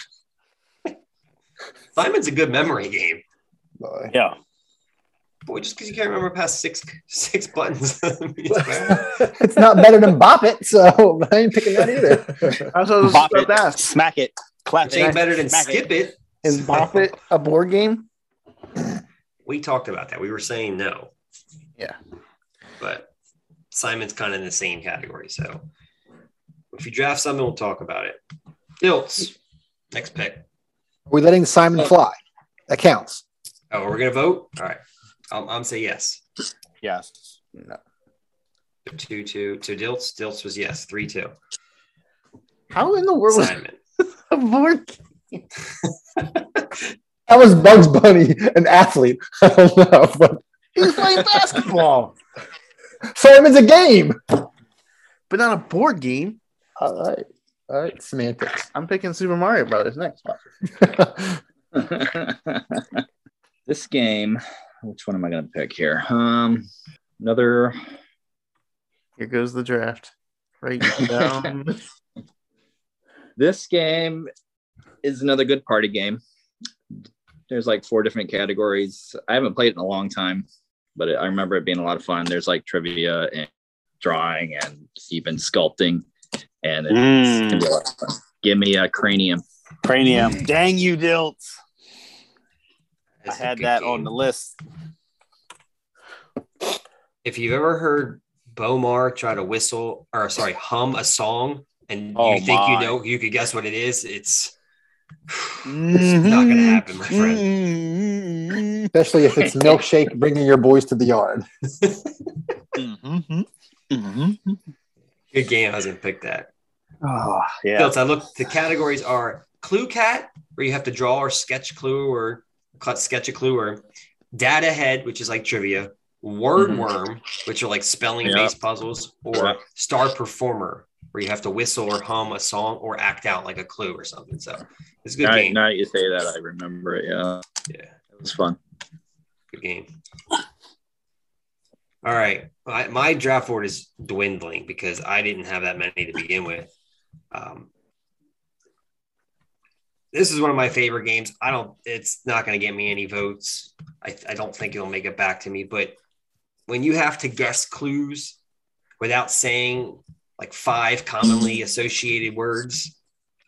[SPEAKER 1] Simon's a good memory game.
[SPEAKER 6] Boy.
[SPEAKER 2] Yeah.
[SPEAKER 1] Boy, just because you can't remember past six six buttons.
[SPEAKER 6] It's not better than Bop It, so I ain't picking that either.
[SPEAKER 3] I was about
[SPEAKER 2] Bop
[SPEAKER 3] to
[SPEAKER 2] it,
[SPEAKER 3] ask.
[SPEAKER 2] smack it, clap
[SPEAKER 1] Which ain't
[SPEAKER 2] it.
[SPEAKER 1] better than
[SPEAKER 2] Smack it.
[SPEAKER 1] skip it.
[SPEAKER 6] Is
[SPEAKER 3] Bop it a board game?
[SPEAKER 1] We talked about that. We were saying no.
[SPEAKER 3] Yeah.
[SPEAKER 1] But Simon's kind of in the same category. So if you draft Simon, we'll talk about it. Dilts. Next pick.
[SPEAKER 6] We're letting Simon fly. That counts.
[SPEAKER 1] Oh, we're gonna vote. All right. I'm, I'm say yes.
[SPEAKER 2] Yes.
[SPEAKER 1] Two two two. Dilts. Dilts was yes. Three two.
[SPEAKER 3] How in the world Oh, was
[SPEAKER 1] Simon.
[SPEAKER 3] the board?
[SPEAKER 6] That was Bugs Bunny, an athlete. I don't know, but
[SPEAKER 3] He was playing basketball,
[SPEAKER 6] Simon's a game.
[SPEAKER 3] but not a board game.
[SPEAKER 6] All right. All right. Semantics.
[SPEAKER 3] I'm picking Super Mario Brothers next.
[SPEAKER 4] this game, which one am I going to pick here? Um, another.
[SPEAKER 3] Here goes the draft. Right down.
[SPEAKER 4] This game is another good party game. There's like four different categories. I haven't played it in a long time, but I remember it being a lot of fun. There's like trivia and drawing and even sculpting, and it's
[SPEAKER 2] Mm.
[SPEAKER 4] gonna be a lot of fun. Give me a cranium.
[SPEAKER 2] Cranium. Dang you, Dilts.
[SPEAKER 1] Mm.
[SPEAKER 2] I
[SPEAKER 1] It's a
[SPEAKER 2] had
[SPEAKER 1] good
[SPEAKER 2] that
[SPEAKER 1] game.
[SPEAKER 2] on the list.
[SPEAKER 1] If you've ever heard Bomar try to whistle or sorry, hum a song and
[SPEAKER 2] Oh,
[SPEAKER 1] you think you
[SPEAKER 2] my.
[SPEAKER 1] know you could guess what it is, it's
[SPEAKER 2] Mm-hmm.
[SPEAKER 1] it's not gonna happen, my
[SPEAKER 2] Mm.
[SPEAKER 1] friend.
[SPEAKER 2] friend.
[SPEAKER 6] Especially if it's milkshake bringing your boys to the yard.
[SPEAKER 2] Mm-hmm.
[SPEAKER 1] Mm-hmm. Good game hasn't picked that.
[SPEAKER 2] Oh, yeah.
[SPEAKER 1] Dilts, I look the categories are clue cat, where you have to draw or sketch clue or cut sketch a clue or data head, which is like trivia, word
[SPEAKER 4] Mhm.
[SPEAKER 1] worm, which are like spelling
[SPEAKER 4] Yeah.
[SPEAKER 1] based puzzles, or
[SPEAKER 4] Yeah.
[SPEAKER 1] star performer, where you have to whistle or hum a song or act out like a clue or something. So it's a good
[SPEAKER 4] Now,
[SPEAKER 1] game.
[SPEAKER 4] now you say that, I remember it. Yeah,
[SPEAKER 1] Yeah,
[SPEAKER 4] it was fun.
[SPEAKER 1] good game. All right. My, my draft board is dwindling because I didn't have that many to begin with. Um, this is one of my favorite games. I don't, it's not going to get me any votes. I, I don't think it'll make it back to me. But when you have to guess clues without saying like five commonly associated words,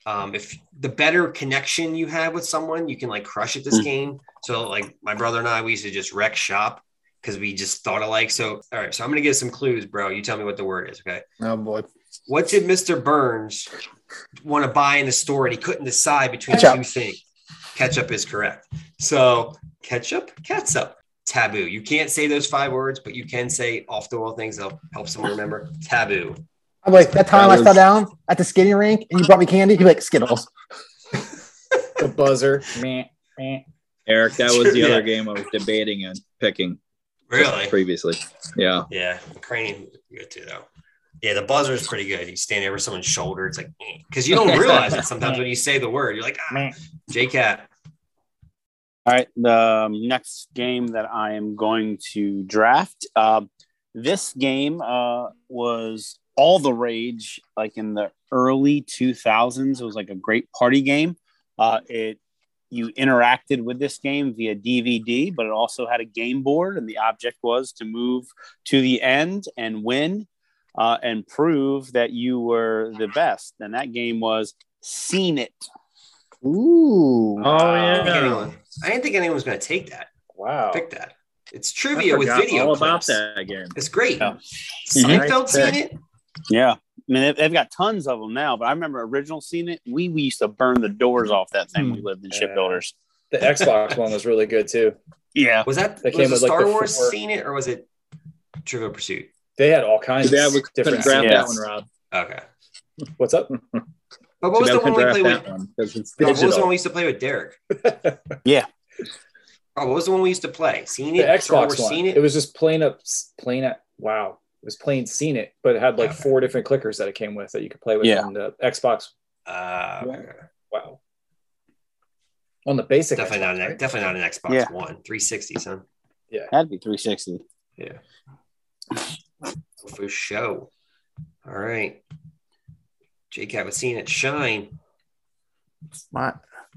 [SPEAKER 1] um, if the better connection you have with someone, you can like crush at this
[SPEAKER 2] Mm.
[SPEAKER 1] game. So, like, my brother and I, we used to just wreck shop because we just thought alike. So, all right. So, I'm going to give some clues, bro. You tell me what the word is. Okay.
[SPEAKER 6] Oh boy.
[SPEAKER 1] What did Mr. Burns want to buy in the store and he couldn't decide between
[SPEAKER 6] Ketchup.
[SPEAKER 1] two things? Ketchup is correct. So ketchup, catsup, taboo. You can't say those five words, but you can say off the wall things that'll help someone remember. Taboo.
[SPEAKER 6] I'm like, that time
[SPEAKER 4] That
[SPEAKER 6] I fell
[SPEAKER 4] was-
[SPEAKER 6] down at the skating rink and you brought me candy, you're like, Skittles.
[SPEAKER 5] The buzzer. Meh, meh.
[SPEAKER 4] Eric, that was the
[SPEAKER 1] Yeah.
[SPEAKER 4] other game I was debating and picking
[SPEAKER 1] Really?
[SPEAKER 4] previously. Yeah.
[SPEAKER 1] Yeah. Cranium good too though. Yeah, the buzzer is pretty good. You stand over someone's shoulder. It's like because you don't realize it sometimes when you say the word. You're like, ah, J Cat.
[SPEAKER 2] All right, the um, next game that I am going to draft. Uh, this game uh, was all the rage, like in the early 2000s. It was like a great party game. Uh, it you interacted with this game via DVD, but it also had a game board, and the object was to move to the end and win uh, and prove that you were the best. And that game was Seen It.
[SPEAKER 6] Ooh.
[SPEAKER 5] Oh
[SPEAKER 1] I didn't think anyone- I didn't think anyone was gonna take that.
[SPEAKER 5] Wow.
[SPEAKER 1] Pick that. It's
[SPEAKER 4] I
[SPEAKER 1] trivia with
[SPEAKER 4] forgot
[SPEAKER 1] video.
[SPEAKER 4] all about
[SPEAKER 1] clips.
[SPEAKER 4] that game.
[SPEAKER 1] It's great.
[SPEAKER 2] Yeah.
[SPEAKER 5] Mm-hmm.
[SPEAKER 1] Seinfeld
[SPEAKER 4] Mhm.
[SPEAKER 1] seen it.
[SPEAKER 2] Yeah. I mean, they've, they've got tons of them now, but I remember original seeing it. We, we used to burn the doors off that thing.
[SPEAKER 4] Hmm.
[SPEAKER 2] We lived in
[SPEAKER 5] Yeah.
[SPEAKER 2] shipbuilders.
[SPEAKER 5] The Xbox one was really good too.
[SPEAKER 2] Yeah.
[SPEAKER 1] Was that,
[SPEAKER 5] That
[SPEAKER 1] was
[SPEAKER 5] came
[SPEAKER 1] the
[SPEAKER 5] with, like,
[SPEAKER 1] Star
[SPEAKER 5] the
[SPEAKER 1] Wars
[SPEAKER 5] four-
[SPEAKER 1] seen it or was it Trivial Pursuit?
[SPEAKER 5] They had all kinds
[SPEAKER 4] Yeah, we
[SPEAKER 5] of
[SPEAKER 4] couldn't
[SPEAKER 5] different.
[SPEAKER 4] grab
[SPEAKER 2] Yeah.
[SPEAKER 4] that one, Rob.
[SPEAKER 1] Okay.
[SPEAKER 5] What's up?
[SPEAKER 1] But what was
[SPEAKER 4] Too
[SPEAKER 1] the
[SPEAKER 4] bad we
[SPEAKER 1] one we
[SPEAKER 4] couldn't
[SPEAKER 1] played
[SPEAKER 4] grab
[SPEAKER 1] with?
[SPEAKER 4] that one because it's
[SPEAKER 1] No, what was the one
[SPEAKER 4] digital.
[SPEAKER 1] we used to play with Derek?
[SPEAKER 2] Yeah.
[SPEAKER 1] Oh, what was the one we used to play? Seen
[SPEAKER 5] The
[SPEAKER 1] it? Star
[SPEAKER 5] Xbox
[SPEAKER 1] Wars
[SPEAKER 5] one.
[SPEAKER 1] seen
[SPEAKER 5] It?
[SPEAKER 1] it?
[SPEAKER 5] was just plain up, plain up. Wow, it was plain seen it, but it had like
[SPEAKER 1] Okay.
[SPEAKER 5] four different clickers that it came with that you could play with
[SPEAKER 2] Yeah.
[SPEAKER 5] on the Xbox.
[SPEAKER 1] Uh,
[SPEAKER 5] Yeah. Wow. On the basic,
[SPEAKER 1] definitely
[SPEAKER 5] Xbox,
[SPEAKER 1] not an
[SPEAKER 5] right?
[SPEAKER 1] definitely not an Xbox
[SPEAKER 2] Yeah.
[SPEAKER 1] One. 360, son.
[SPEAKER 2] That'd be 360.
[SPEAKER 1] For show. All right. J Cat was seeing it shine.
[SPEAKER 3] My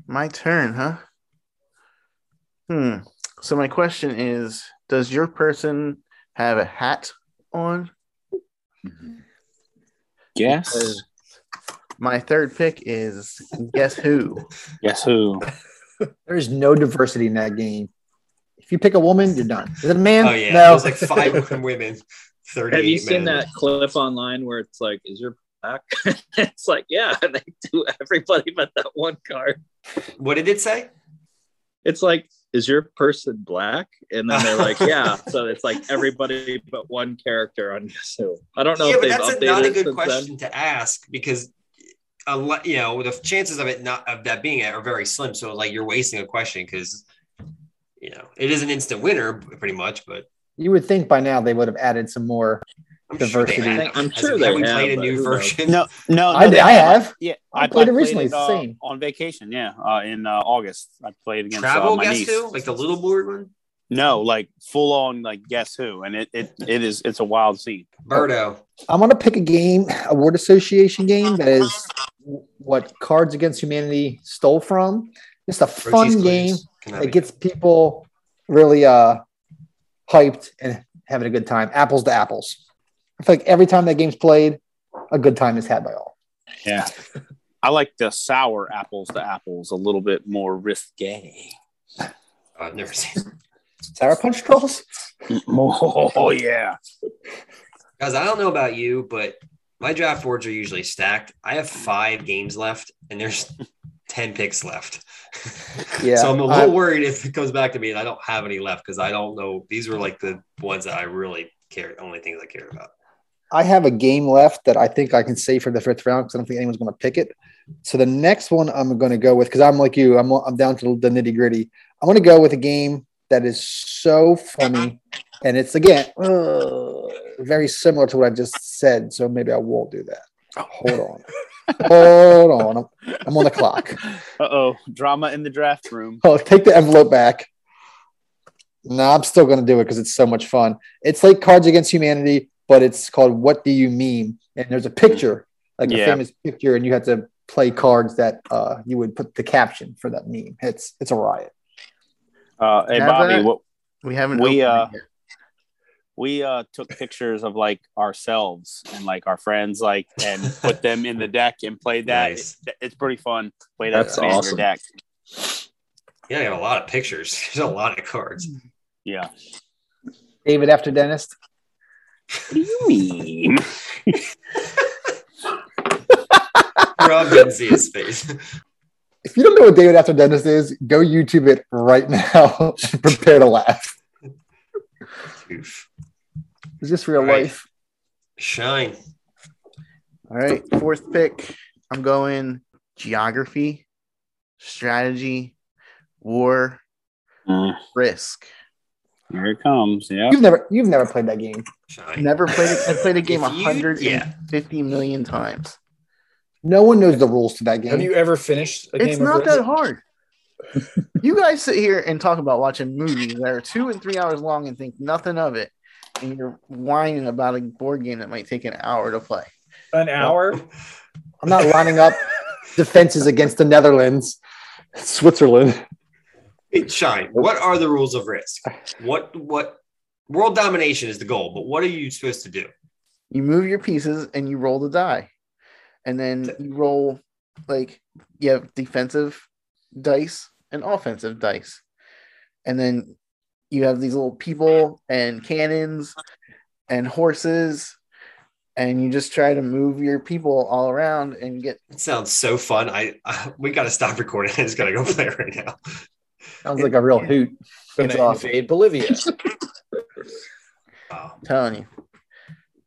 [SPEAKER 3] my turn, huh? Hmm. So my question is, does your person have a hat on?
[SPEAKER 2] Guess.
[SPEAKER 3] My third pick is guess who?
[SPEAKER 2] Guess who?
[SPEAKER 6] There is no diversity in that game. If you pick a woman, you're done. Is it a man?
[SPEAKER 1] Oh yeah.
[SPEAKER 6] No.
[SPEAKER 1] There's like five women, 38
[SPEAKER 4] Have you seen
[SPEAKER 1] men.
[SPEAKER 4] that clip online where it's like, is your back. it's like, yeah, they do everybody but that one card.
[SPEAKER 1] What did it say?
[SPEAKER 4] It's like, is your person black? And then they're like, yeah. So it's like everybody but one character on Yasuo. I don't know
[SPEAKER 1] yeah, but
[SPEAKER 4] if they've
[SPEAKER 1] that's a,
[SPEAKER 4] updated
[SPEAKER 1] not a
[SPEAKER 4] it
[SPEAKER 1] good
[SPEAKER 4] since then.
[SPEAKER 1] question to ask because, unless you know, the chances of it not of that being it are very slim. So like you're wasting a question because, you know, it is an instant winner pretty much. But
[SPEAKER 6] You would think by now they would have added some more.
[SPEAKER 1] I'm
[SPEAKER 6] Diversity.
[SPEAKER 1] Sure they
[SPEAKER 4] I think-
[SPEAKER 1] have.
[SPEAKER 4] I'm
[SPEAKER 1] Has-
[SPEAKER 4] sure
[SPEAKER 1] have
[SPEAKER 4] they
[SPEAKER 1] we
[SPEAKER 4] have,
[SPEAKER 1] played a
[SPEAKER 4] but
[SPEAKER 1] new
[SPEAKER 4] who knows?
[SPEAKER 1] version.
[SPEAKER 2] No,
[SPEAKER 1] Oh,
[SPEAKER 2] no,
[SPEAKER 6] I,
[SPEAKER 2] no,
[SPEAKER 6] I have.
[SPEAKER 2] Yeah,
[SPEAKER 6] I played it recently, it's
[SPEAKER 2] uh,
[SPEAKER 6] same.
[SPEAKER 2] on vacation. Yeah, uh, in uh, August, I played against uh,
[SPEAKER 1] Travel
[SPEAKER 2] my
[SPEAKER 1] guess
[SPEAKER 2] niece.
[SPEAKER 1] who? Like the little board one?
[SPEAKER 2] No, like full on, like guess who? And it, it it is it's a wild scene.
[SPEAKER 1] Birdo.
[SPEAKER 6] I'm gonna pick a game, a word association game that is what Cards Against Humanity stole from. Just a fun
[SPEAKER 1] Rochi's Clues,
[SPEAKER 6] game that
[SPEAKER 1] Konami.
[SPEAKER 6] gets people really uh hyped and having a good time. Apples to apples. I feel like every time that game's played, a good time is had by all.
[SPEAKER 2] Yeah, I like the sour apples to apples a little bit more risque.
[SPEAKER 1] Oh, I've never seen it.
[SPEAKER 6] Sour punch trolls.
[SPEAKER 2] Oh yeah,
[SPEAKER 1] Guys, I don't know about you, but my draft boards are usually stacked. I have five games left, and there's 10 picks left.
[SPEAKER 6] Yeah,
[SPEAKER 1] so I'm a
[SPEAKER 6] I-
[SPEAKER 1] little worried if it comes back to me and I don't have any left because I don't know. These were like the ones that I really care, only things I care about.
[SPEAKER 6] I have a game left that I think I can save for the fifth round because I don't think anyone's going to pick it. So the next one I'm going to go with because I'm like you, I'm I'm down to the nitty gritty. I'm going to go with a game that is so funny, and it's again uh, very similar to what I just said. So maybe I won't do that. Hold on, hold on. I'm, I'm on the clock.
[SPEAKER 2] Uh oh, drama in the draft room.
[SPEAKER 6] Oh, take the envelope back. No, I'm still going to do it because it's so much fun. It's like Cards Against Humanity, but it's called What Do You Mean? And there's a picture, like a
[SPEAKER 2] Yeah.
[SPEAKER 6] famous picture, and you have to play cards that uh, you would put the caption for that meme. It's it's a riot.
[SPEAKER 2] Uh, hey
[SPEAKER 3] Have
[SPEAKER 2] Bobby,
[SPEAKER 3] that?
[SPEAKER 2] what
[SPEAKER 3] We haven't.
[SPEAKER 2] We, uh,
[SPEAKER 3] opened it
[SPEAKER 2] we uh, took pictures of like ourselves and like our friends, like and put them in the deck and played that.
[SPEAKER 1] Nice.
[SPEAKER 2] It- it's pretty fun. Way to
[SPEAKER 4] That's
[SPEAKER 2] expand your
[SPEAKER 4] awesome.
[SPEAKER 2] deck.
[SPEAKER 1] Yeah, I got a lot of pictures. There's a lot of cards.
[SPEAKER 2] Yeah.
[SPEAKER 6] David after Dennis.
[SPEAKER 2] What do you mean?
[SPEAKER 1] Rob didn't see his face.
[SPEAKER 6] If you don't know what David after Dennis is, go YouTube it right now and prepare to laugh.
[SPEAKER 1] Oof.
[SPEAKER 6] It's just real
[SPEAKER 1] All right.
[SPEAKER 6] life.
[SPEAKER 1] Shine.
[SPEAKER 3] yet. All right, fourth pick. I'm going geography, strategy, war,
[SPEAKER 2] Mm.
[SPEAKER 3] risk.
[SPEAKER 2] here it comes. Yeah.
[SPEAKER 6] You've never you've never played that game.
[SPEAKER 1] Shine.
[SPEAKER 3] Never played it. I played a game
[SPEAKER 1] If you-
[SPEAKER 3] 150
[SPEAKER 1] yeah.
[SPEAKER 3] million times.
[SPEAKER 6] No one knows the rules to that game.
[SPEAKER 5] Have you ever finished a game
[SPEAKER 3] It's
[SPEAKER 5] of
[SPEAKER 3] not
[SPEAKER 5] Risk?
[SPEAKER 3] that hard. you guys sit here and talk about watching movies that are two and three hours long and think nothing of it, and you're whining about a board game that might take an hour to play.
[SPEAKER 5] An hour?
[SPEAKER 6] I'm not lining up defenses against the Netherlands, Switzerland.
[SPEAKER 1] Hey, Shine. What are the rules of risk? What what world domination is the goal, but what are you supposed to do?
[SPEAKER 3] you move your pieces and you roll the die and then you roll like you have defensive dice and offensive dice and then you have these little people and cannons and horses and you just try to move your people all around and get
[SPEAKER 1] It sounds so fun. I we got to stop recording. I just got to go play right now.
[SPEAKER 6] Sounds like a real hoot.
[SPEAKER 5] Gonna
[SPEAKER 6] It's awesome.
[SPEAKER 5] invade Bolivia.
[SPEAKER 1] Wow.
[SPEAKER 3] I'm telling you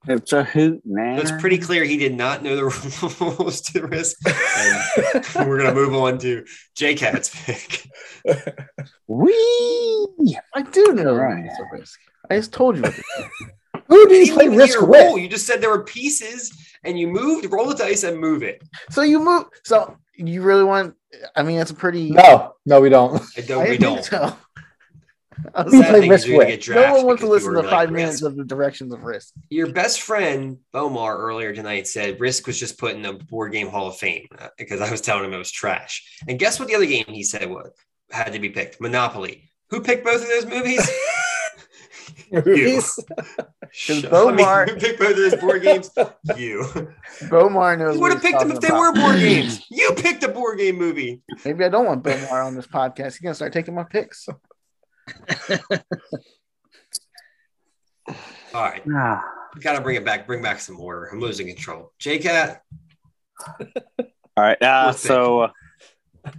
[SPEAKER 2] It's a hoot, man.
[SPEAKER 1] It's pretty clear he did not know the rules to risk. And we're gonna move on to J Cat's pick.
[SPEAKER 2] Wee.
[SPEAKER 3] i do know the
[SPEAKER 2] Right.
[SPEAKER 3] rules of risk i just told you what to do.
[SPEAKER 6] Who do you play
[SPEAKER 1] Even
[SPEAKER 6] risk
[SPEAKER 1] your
[SPEAKER 6] with?
[SPEAKER 1] rule, You just said there were pieces, and you moved, roll the dice, and move it.
[SPEAKER 3] so you move so you really want i mean that's a pretty
[SPEAKER 6] No, no, we don't.
[SPEAKER 1] I
[SPEAKER 3] I
[SPEAKER 1] don't. we
[SPEAKER 3] think
[SPEAKER 1] don't.
[SPEAKER 3] so. I was
[SPEAKER 6] You
[SPEAKER 1] Sad
[SPEAKER 3] like,
[SPEAKER 6] play
[SPEAKER 1] thing is
[SPEAKER 6] risk
[SPEAKER 1] you're gonna
[SPEAKER 6] with.
[SPEAKER 1] get
[SPEAKER 3] no
[SPEAKER 1] drafted
[SPEAKER 3] one wants to
[SPEAKER 1] because
[SPEAKER 3] listen
[SPEAKER 1] you
[SPEAKER 3] to
[SPEAKER 1] were like
[SPEAKER 3] five
[SPEAKER 1] risk.
[SPEAKER 3] minutes of the directions of risk.
[SPEAKER 1] Your best friend Bomar earlier tonight said Risk was just put in the board game Hall of Fame uh, because I was telling him it was trash. And guess what? The other game he said was had to be picked Monopoly. Who picked both of those movies? you.
[SPEAKER 5] Movies?
[SPEAKER 1] Shut-
[SPEAKER 3] Bomar-
[SPEAKER 1] who picked both of those board games? You.
[SPEAKER 3] Bomar knows.
[SPEAKER 1] You
[SPEAKER 3] what
[SPEAKER 1] would have
[SPEAKER 3] he's
[SPEAKER 1] picked them if
[SPEAKER 3] talking
[SPEAKER 1] they were
[SPEAKER 3] about.
[SPEAKER 1] board games. You picked a board game movie.
[SPEAKER 3] Maybe I don't want Bomar on this podcast. He's gonna start taking my picks.
[SPEAKER 1] All right.
[SPEAKER 2] Ah.
[SPEAKER 1] We gotta bring it back. Bring back some order. I'm losing control. J Cat.
[SPEAKER 2] All right. Uh,
[SPEAKER 1] We'll see.
[SPEAKER 2] so uh,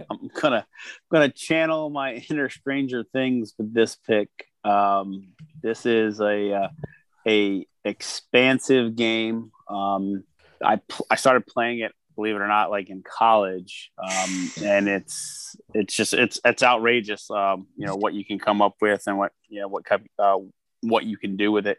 [SPEAKER 2] I'm gonna I'm gonna channel my inner Stranger Things with this pick. Um, this is a uh, a expansive game. Um, I pl- I started playing it, believe it or not, like in college, um, and it's it's just it's it's outrageous. Um, you know what you can come up with and what you know what kind uh, what you can do with it.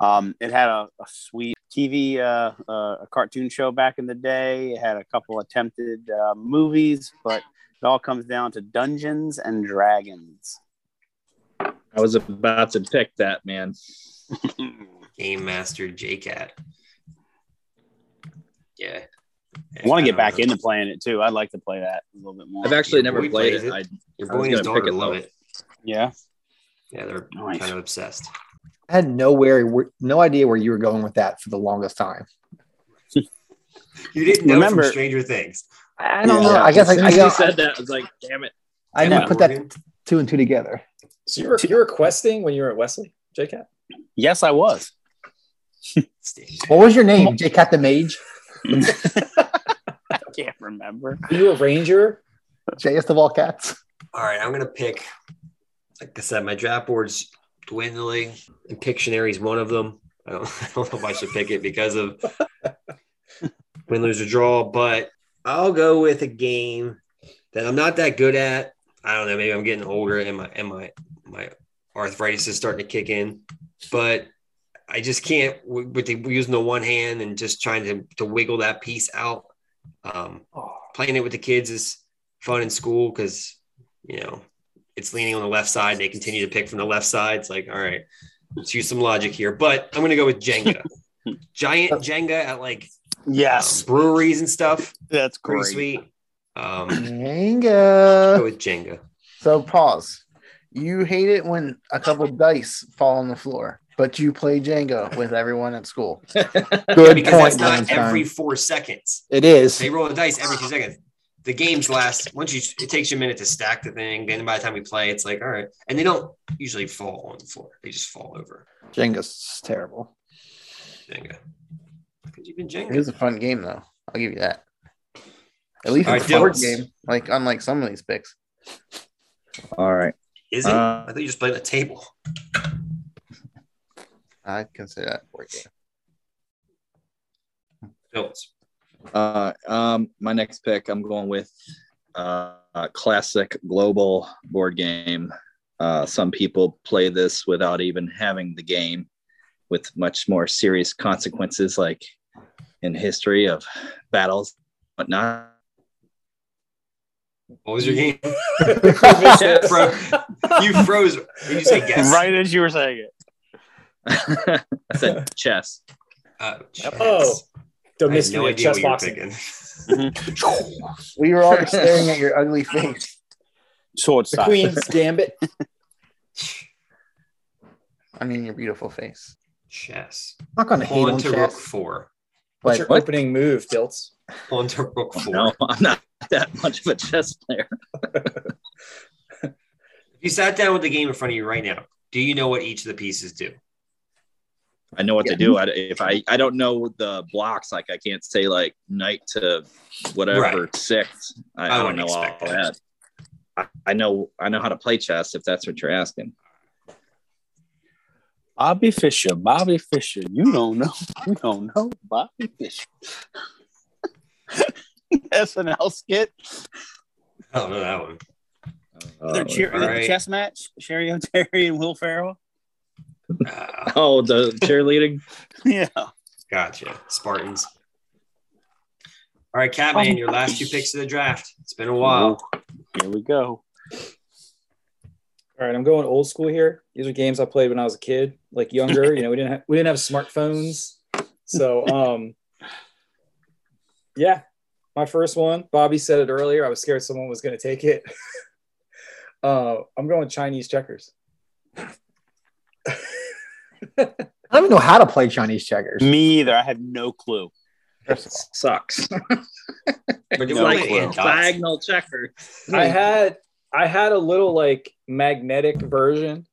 [SPEAKER 2] Um, it had a, a sweet TV, uh, uh, a cartoon show back in the day. It had a couple attempted uh, movies, but it all comes down to Dungeons and Dragons.
[SPEAKER 4] I was about to pick that man.
[SPEAKER 1] Game Master J Cat. Yeah.
[SPEAKER 2] I want to
[SPEAKER 1] don't
[SPEAKER 2] get back
[SPEAKER 1] know.
[SPEAKER 2] into playing it too. I'd like to play that a little bit more.
[SPEAKER 4] I've actually
[SPEAKER 1] Your
[SPEAKER 4] never
[SPEAKER 1] boy
[SPEAKER 4] played
[SPEAKER 1] plays
[SPEAKER 4] it.
[SPEAKER 1] it.
[SPEAKER 4] I,
[SPEAKER 1] Your
[SPEAKER 4] I was
[SPEAKER 1] boy and his
[SPEAKER 4] gonna pick
[SPEAKER 1] daughter
[SPEAKER 4] it,
[SPEAKER 1] love
[SPEAKER 4] though.
[SPEAKER 1] it.
[SPEAKER 2] yeah.
[SPEAKER 1] Yeah, they're
[SPEAKER 2] Nice.
[SPEAKER 1] kind of obsessed.
[SPEAKER 6] I had nowhere, where- no idea where you were going with that for the longest time.
[SPEAKER 1] You didn't know
[SPEAKER 2] Remember-
[SPEAKER 1] from Stranger Things.
[SPEAKER 6] I
[SPEAKER 1] Oh,
[SPEAKER 6] don't
[SPEAKER 2] Yeah.
[SPEAKER 6] know. I guess I,
[SPEAKER 4] As soon
[SPEAKER 6] I,
[SPEAKER 4] as you
[SPEAKER 6] got,
[SPEAKER 4] said that, I was like, damn it.
[SPEAKER 6] I
[SPEAKER 1] Emma
[SPEAKER 6] didn't put that
[SPEAKER 1] Morgan.
[SPEAKER 6] two and two together.
[SPEAKER 5] So you were you were questing when you were at Wesley, J Cat?
[SPEAKER 2] Yes, I was.
[SPEAKER 1] Steve.
[SPEAKER 6] What was your name? J Cat the Mage?
[SPEAKER 2] I can't remember.
[SPEAKER 5] Were you a ranger?
[SPEAKER 6] JS of all cats?
[SPEAKER 1] All right, I'm gonna pick. Like I said, my draft board's dwindling, and Pictionary's one of them. I don't, I don't know if I should pick it because of win, lose, or draw, but I'll go with a game that I'm not that good at. I don't know. Maybe I'm getting older, and my and my my arthritis is starting to kick in, but I just can't w- with the, using the one hand and just trying to to wiggle that piece out. Um, playing it with the kids is fun in school because you know it's leaning on the left side. They continue to pick from the left side. It's like, all right, let's use some logic here. But I'm going to go with Jenga, giant Jenga at like um,
[SPEAKER 2] Yes,
[SPEAKER 1] breweries and stuff.
[SPEAKER 2] that's
[SPEAKER 1] Pretty
[SPEAKER 2] great.
[SPEAKER 1] sweet. Um, go
[SPEAKER 3] Jenga.
[SPEAKER 1] with Jenga.
[SPEAKER 3] So pause. You hate it when a couple dice fall on the floor, but you play Jenga with everyone at school.
[SPEAKER 6] Good
[SPEAKER 1] Because
[SPEAKER 6] point.
[SPEAKER 1] that's not
[SPEAKER 6] Einstein.
[SPEAKER 1] every four seconds.
[SPEAKER 6] it is.
[SPEAKER 1] They roll the dice every two seconds. The games last once you it takes you a minute to stack the thing. Then by the time we play, it's like, all right. And they don't usually fall on the floor. They just fall over.
[SPEAKER 6] Jenga's terrible.
[SPEAKER 1] Jenga. Because you've been
[SPEAKER 3] It is
[SPEAKER 1] Jenga.
[SPEAKER 3] a fun game though. I'll give you that. At least
[SPEAKER 1] All
[SPEAKER 3] it's
[SPEAKER 1] right,
[SPEAKER 3] a board
[SPEAKER 1] Dylan's.
[SPEAKER 3] game, like unlike some of these picks.
[SPEAKER 4] All right.
[SPEAKER 1] Is it?
[SPEAKER 4] Uh,
[SPEAKER 1] I thought you just played at the table.
[SPEAKER 3] I consider that a board game.
[SPEAKER 1] Dylan's.
[SPEAKER 4] Uh, um, my next pick, I'm going with uh, a classic global board game. Uh, some people play this without even having the game, with much more serious consequences, like in history of battles, and whatnot.
[SPEAKER 1] What was your game?
[SPEAKER 5] Yes.
[SPEAKER 1] Bro, you froze. Did you say guess?
[SPEAKER 2] Right as you were saying it.
[SPEAKER 4] I said chess.
[SPEAKER 1] Uh,
[SPEAKER 5] Oh, the
[SPEAKER 1] I had
[SPEAKER 5] mystery
[SPEAKER 1] no
[SPEAKER 5] of
[SPEAKER 1] idea
[SPEAKER 5] chess
[SPEAKER 1] what you were
[SPEAKER 5] boxing.
[SPEAKER 1] picking.
[SPEAKER 3] We were all just staring at your ugly face.
[SPEAKER 2] Sword
[SPEAKER 5] The
[SPEAKER 2] style.
[SPEAKER 5] Queen's Gambit.
[SPEAKER 3] I mean, your beautiful face.
[SPEAKER 1] Chess.
[SPEAKER 6] I'm not going to hate
[SPEAKER 1] On
[SPEAKER 6] on
[SPEAKER 1] to rook
[SPEAKER 6] chess.
[SPEAKER 1] four.
[SPEAKER 5] What's your
[SPEAKER 6] But
[SPEAKER 5] opening move, Dilts?
[SPEAKER 1] On to rook four.
[SPEAKER 4] No, I'm not that much of a chess player.
[SPEAKER 1] If you sat down with the game in front of you right now, do you know what each of the pieces do?
[SPEAKER 4] I know what to do. I, if I, I don't know the blocks, like I can't say like knight to whatever six. I,
[SPEAKER 1] I
[SPEAKER 4] I, don't
[SPEAKER 1] wouldn't
[SPEAKER 4] know all
[SPEAKER 1] expect
[SPEAKER 4] that.
[SPEAKER 1] that.
[SPEAKER 4] I, I know I know how to play chess if that's what you're asking.
[SPEAKER 2] Bobby Fisher. Bobby Fisher. You don't know. You don't know Bobby Fisher. SNL skit.
[SPEAKER 1] I don't know that one.
[SPEAKER 4] Oh,
[SPEAKER 2] They're cheering at
[SPEAKER 1] Alright.
[SPEAKER 2] the chess match. Sherry O'Terry and Will Ferrell.
[SPEAKER 1] Ah,
[SPEAKER 4] oh, the cheerleading.
[SPEAKER 2] Yeah.
[SPEAKER 1] gotcha. Spartans. All right, Catman, your last two picks of the draft. It's been a while.
[SPEAKER 2] Here we go.
[SPEAKER 5] All right, I'm going old school here. These are games I played when I was a kid, like younger. you know, we didn't have, we didn't have smartphones, so um, yeah. My first one, Bobby said it earlier. I was scared someone was going to take it. uh, I'm going Chinese checkers.
[SPEAKER 6] I don't even know how to play Chinese checkers.
[SPEAKER 2] Me either. I have no clue.
[SPEAKER 3] First of all,
[SPEAKER 4] Sucks.
[SPEAKER 1] But do
[SPEAKER 2] No
[SPEAKER 1] we
[SPEAKER 2] clue.
[SPEAKER 1] play Ant Dots?
[SPEAKER 4] Diagonal checker.
[SPEAKER 5] I had I had a little like magnetic version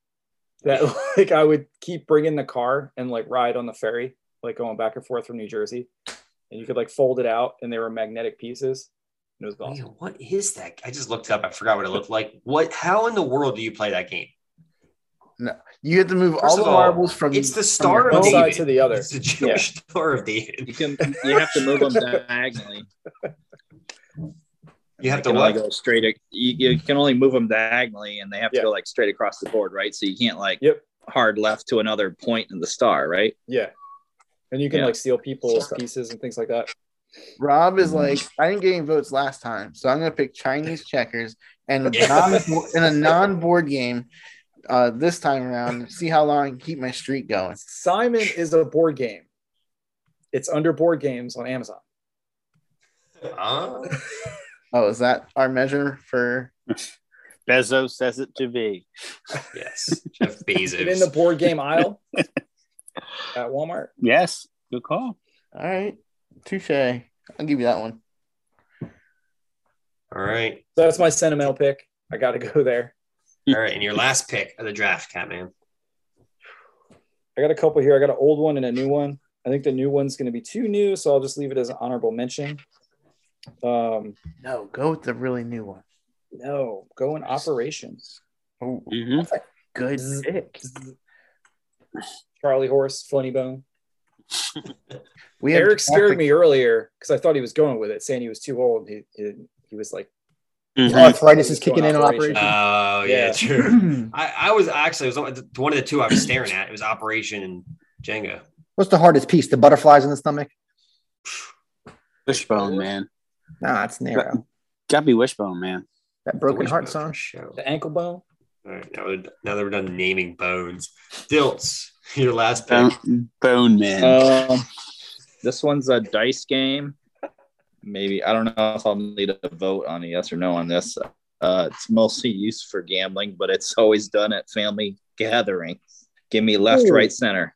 [SPEAKER 5] that like I would keep bringing the car and like ride on the ferry, like going back and forth from New Jersey, and you could like fold it out, and they were magnetic pieces. And it was awesome.
[SPEAKER 1] Man, what is that? I just looked up. I forgot what it looked like. What? How in the world do you play that game?
[SPEAKER 3] You have to move
[SPEAKER 1] First
[SPEAKER 3] all the
[SPEAKER 1] of all,
[SPEAKER 3] marbles from.
[SPEAKER 1] It's the
[SPEAKER 3] from your
[SPEAKER 1] Star of
[SPEAKER 5] One
[SPEAKER 3] home.
[SPEAKER 5] side
[SPEAKER 1] David.
[SPEAKER 5] to the other.
[SPEAKER 1] It's the Jewish Star of David.
[SPEAKER 4] You can you have to move them diagonally.
[SPEAKER 1] You have to
[SPEAKER 4] They can
[SPEAKER 1] what?
[SPEAKER 4] only go straight. You, you can only move them diagonally, and they have
[SPEAKER 5] Yeah.
[SPEAKER 4] to go like straight across the board, right? So you can't like
[SPEAKER 5] Yep.
[SPEAKER 4] hard left to another point in the star, right?
[SPEAKER 5] Yeah. And you can
[SPEAKER 4] Yeah.
[SPEAKER 5] like steal people's pieces and things like that.
[SPEAKER 3] Rob is like, I didn't get any votes last time, so I'm gonna pick Chinese checkers and a
[SPEAKER 1] Yeah.
[SPEAKER 3] non in a non-board game uh, this time around. and See how long I can keep my streak going.
[SPEAKER 5] Simon is a board game. It's under board games on Amazon.
[SPEAKER 1] Ah.
[SPEAKER 3] Oh, is that our measure for?
[SPEAKER 2] Bezos says it to be.
[SPEAKER 1] yes, Jeff
[SPEAKER 5] Is it in the
[SPEAKER 1] Bezos.
[SPEAKER 5] board game aisle at Walmart.
[SPEAKER 2] Yes, good call.
[SPEAKER 3] All right, touche. I'll give you that one.
[SPEAKER 1] All right,
[SPEAKER 5] So that's my sentimental pick. I got to go there.
[SPEAKER 1] all right, and your last pick of the draft, Catman.
[SPEAKER 5] I got a couple here. I got an old one and a new one. I think the new one's going to be too new, so I'll just leave it as an honorable mention. Um,
[SPEAKER 3] No, go with the really new one.
[SPEAKER 5] no, go in operations.
[SPEAKER 3] Oh,
[SPEAKER 2] Mm-hmm.
[SPEAKER 3] good pick.
[SPEAKER 5] Charlie Horse, Funny Bone.
[SPEAKER 3] We have
[SPEAKER 5] Eric scared
[SPEAKER 3] graphic-
[SPEAKER 5] me earlier because I thought he was going with it, saying he was too old. He, he, he was like,
[SPEAKER 1] Mm-hmm.
[SPEAKER 6] Arthritis is kicking in on operation.
[SPEAKER 5] Operation.
[SPEAKER 1] Oh yeah,
[SPEAKER 5] Yeah.
[SPEAKER 1] true. I, I was actually it was one of the- one of the two I was staring at. It was Operation and Jenga.
[SPEAKER 6] What's the hardest piece? The butterflies in the stomach?
[SPEAKER 2] Wishbone man,
[SPEAKER 6] Nah, it's narrow.
[SPEAKER 2] gotta be wishbone man.
[SPEAKER 6] That broken
[SPEAKER 1] Which
[SPEAKER 6] heart
[SPEAKER 1] bone
[SPEAKER 6] song.
[SPEAKER 1] for Show.
[SPEAKER 5] the ankle bone.
[SPEAKER 1] All right, now, we're- now that we're done naming bones, Dilts, your last pick.
[SPEAKER 2] Bone, bone man.
[SPEAKER 4] Um, this one's a dice game. Maybe I don't know if I'll need a vote on a yes or no on this. Uh, it's mostly used for gambling, but it's always done at family gatherings. Give me left,
[SPEAKER 6] Ooh.
[SPEAKER 4] right, center.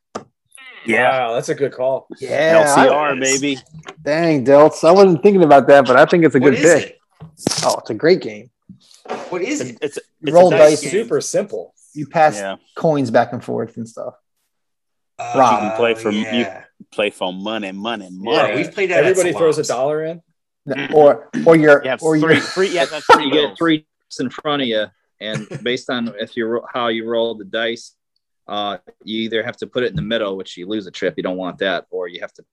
[SPEAKER 2] yeah,
[SPEAKER 5] Wow, that's a good call.
[SPEAKER 6] Yeah.
[SPEAKER 1] uh,
[SPEAKER 6] I-
[SPEAKER 2] LCR baby.
[SPEAKER 6] dang, Delts. I wasn't thinking about that, but I think it's a
[SPEAKER 1] What
[SPEAKER 6] good
[SPEAKER 1] is
[SPEAKER 6] pick.
[SPEAKER 1] it?
[SPEAKER 6] Oh, it's a great game.
[SPEAKER 1] What is
[SPEAKER 2] It's,
[SPEAKER 1] it?
[SPEAKER 2] it's, it's
[SPEAKER 6] Roll
[SPEAKER 2] a
[SPEAKER 6] dice.
[SPEAKER 2] game.
[SPEAKER 5] Super simple.
[SPEAKER 6] You pass
[SPEAKER 2] Yeah,
[SPEAKER 6] coins back and forth and stuff.
[SPEAKER 1] Oh,
[SPEAKER 6] You
[SPEAKER 2] can play for- you-
[SPEAKER 1] yeah.
[SPEAKER 2] play for money, money, money.
[SPEAKER 1] Yeah, we've played that. at
[SPEAKER 5] Everybody throws a
[SPEAKER 1] salons.
[SPEAKER 5] dollar in.
[SPEAKER 1] Mm.
[SPEAKER 6] Or or your
[SPEAKER 2] You have
[SPEAKER 6] or
[SPEAKER 2] three,
[SPEAKER 6] your
[SPEAKER 2] three. Yeah, that's three.
[SPEAKER 4] You get
[SPEAKER 2] Get three.
[SPEAKER 4] three in front of you, and based on if you ro- how you roll the dice, uh, you either have to put it in the middle, which you lose a trip. You don't want that, or you have to.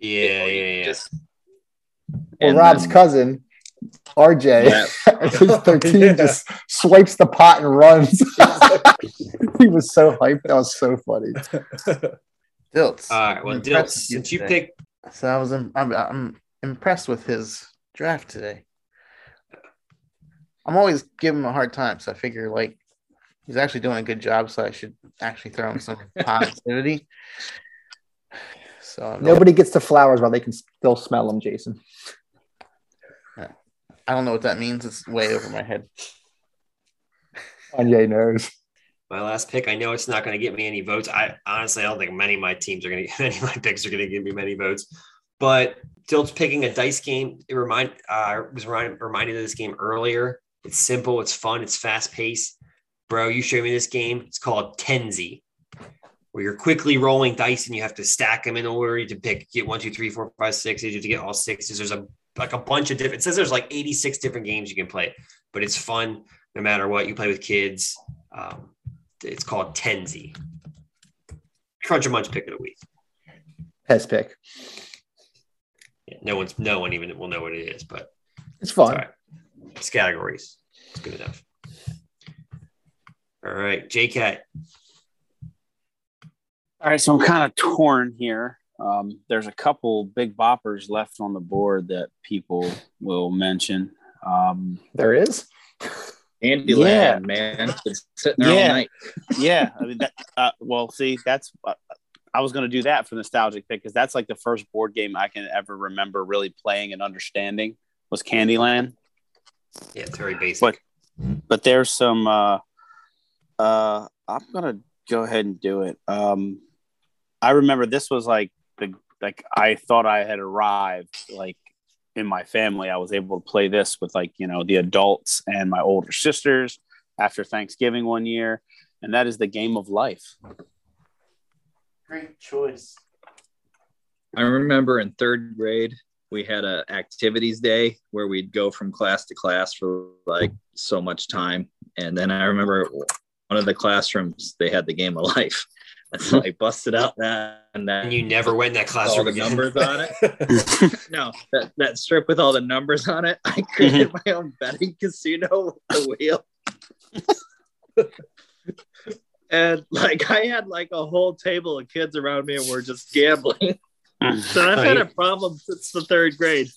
[SPEAKER 1] Yeah, yeah, yeah.
[SPEAKER 4] Just,
[SPEAKER 6] or
[SPEAKER 4] and
[SPEAKER 6] Rob's
[SPEAKER 4] then-
[SPEAKER 6] cousin, RJ, who's 13,
[SPEAKER 5] Yeah.
[SPEAKER 6] just swipes the pot and runs. he was so hyped. That was so funny.
[SPEAKER 3] Dilts.
[SPEAKER 1] All right. Well,
[SPEAKER 3] I'm
[SPEAKER 1] Dilts,
[SPEAKER 3] impressed with
[SPEAKER 1] since you
[SPEAKER 3] today.
[SPEAKER 1] picked
[SPEAKER 3] So I was, im- I'm, I'm impressed with his draft today. I'm always giving him a hard time, so I figure like he's actually doing a good job, so I should actually throw him some positivity. So I don't,
[SPEAKER 6] Nobody gets the flowers while they can still smell them, Jason.
[SPEAKER 3] I don't know what that means. It's way over my head.
[SPEAKER 6] Kanye knows.
[SPEAKER 1] my last pick, I know it's not going to get me any votes. I honestly, I don't think many of my teams are going to any of my picks are going to give me many votes. But Dilt's picking a dice game. It remind uh, I was remind, reminded of this game earlier. It's simple. It's fun. It's fast paced. Bro, you showed me this game. It's called Tenzi, where you're quickly rolling dice and you have to stack them in order to pick get one, two, three, four, five, six. You have to get all sixes. There's a like a bunch of different. It says there's like 86 different games you can play, but it's fun no matter what. You play with kids. Um, it's called Tenzi. Crunch a munch pick of the week.
[SPEAKER 6] Pez pick.
[SPEAKER 1] Yeah, no one's no one even will know what it is, but
[SPEAKER 6] It's
[SPEAKER 1] it's all
[SPEAKER 6] fun.
[SPEAKER 1] right. It's categories. It's good enough. All right, JCat.
[SPEAKER 2] All right, so I'm kind of torn here. Um, there's a couple big boppers left on the board that people will mention. Um,
[SPEAKER 6] There is.
[SPEAKER 4] Andy
[SPEAKER 2] Yeah.
[SPEAKER 4] Land, man. It's sitting there
[SPEAKER 2] Yeah.
[SPEAKER 4] all night.
[SPEAKER 2] yeah, I mean that. Uh, well, see, that's uh, I was going to do that for nostalgic pick because that's like the first board game I can ever remember really playing and understanding was Candyland.
[SPEAKER 1] Yeah, it's very basic.
[SPEAKER 2] What? But there's some. Uh, uh, I'm gonna go ahead and do it. Um, I remember this was like the like I thought I had arrived like in my family. I was able to play this with like you know the adults and my older sisters after Thanksgiving one year. and that is the game of life.
[SPEAKER 3] Great choice.
[SPEAKER 4] I remember in third grade we had a activities day where we'd go from class to class for like so much time, and then I remember one of the classrooms they had the game of life. So I busted out that and that
[SPEAKER 1] And you never went in that
[SPEAKER 4] all
[SPEAKER 1] classroom
[SPEAKER 4] the
[SPEAKER 1] again.
[SPEAKER 4] numbers on it. no, that, that strip with all the numbers on it. I created my own betting casino with the wheel. and like I had like a whole table of kids around me and we're just gambling. so I've had a problem since the third grade.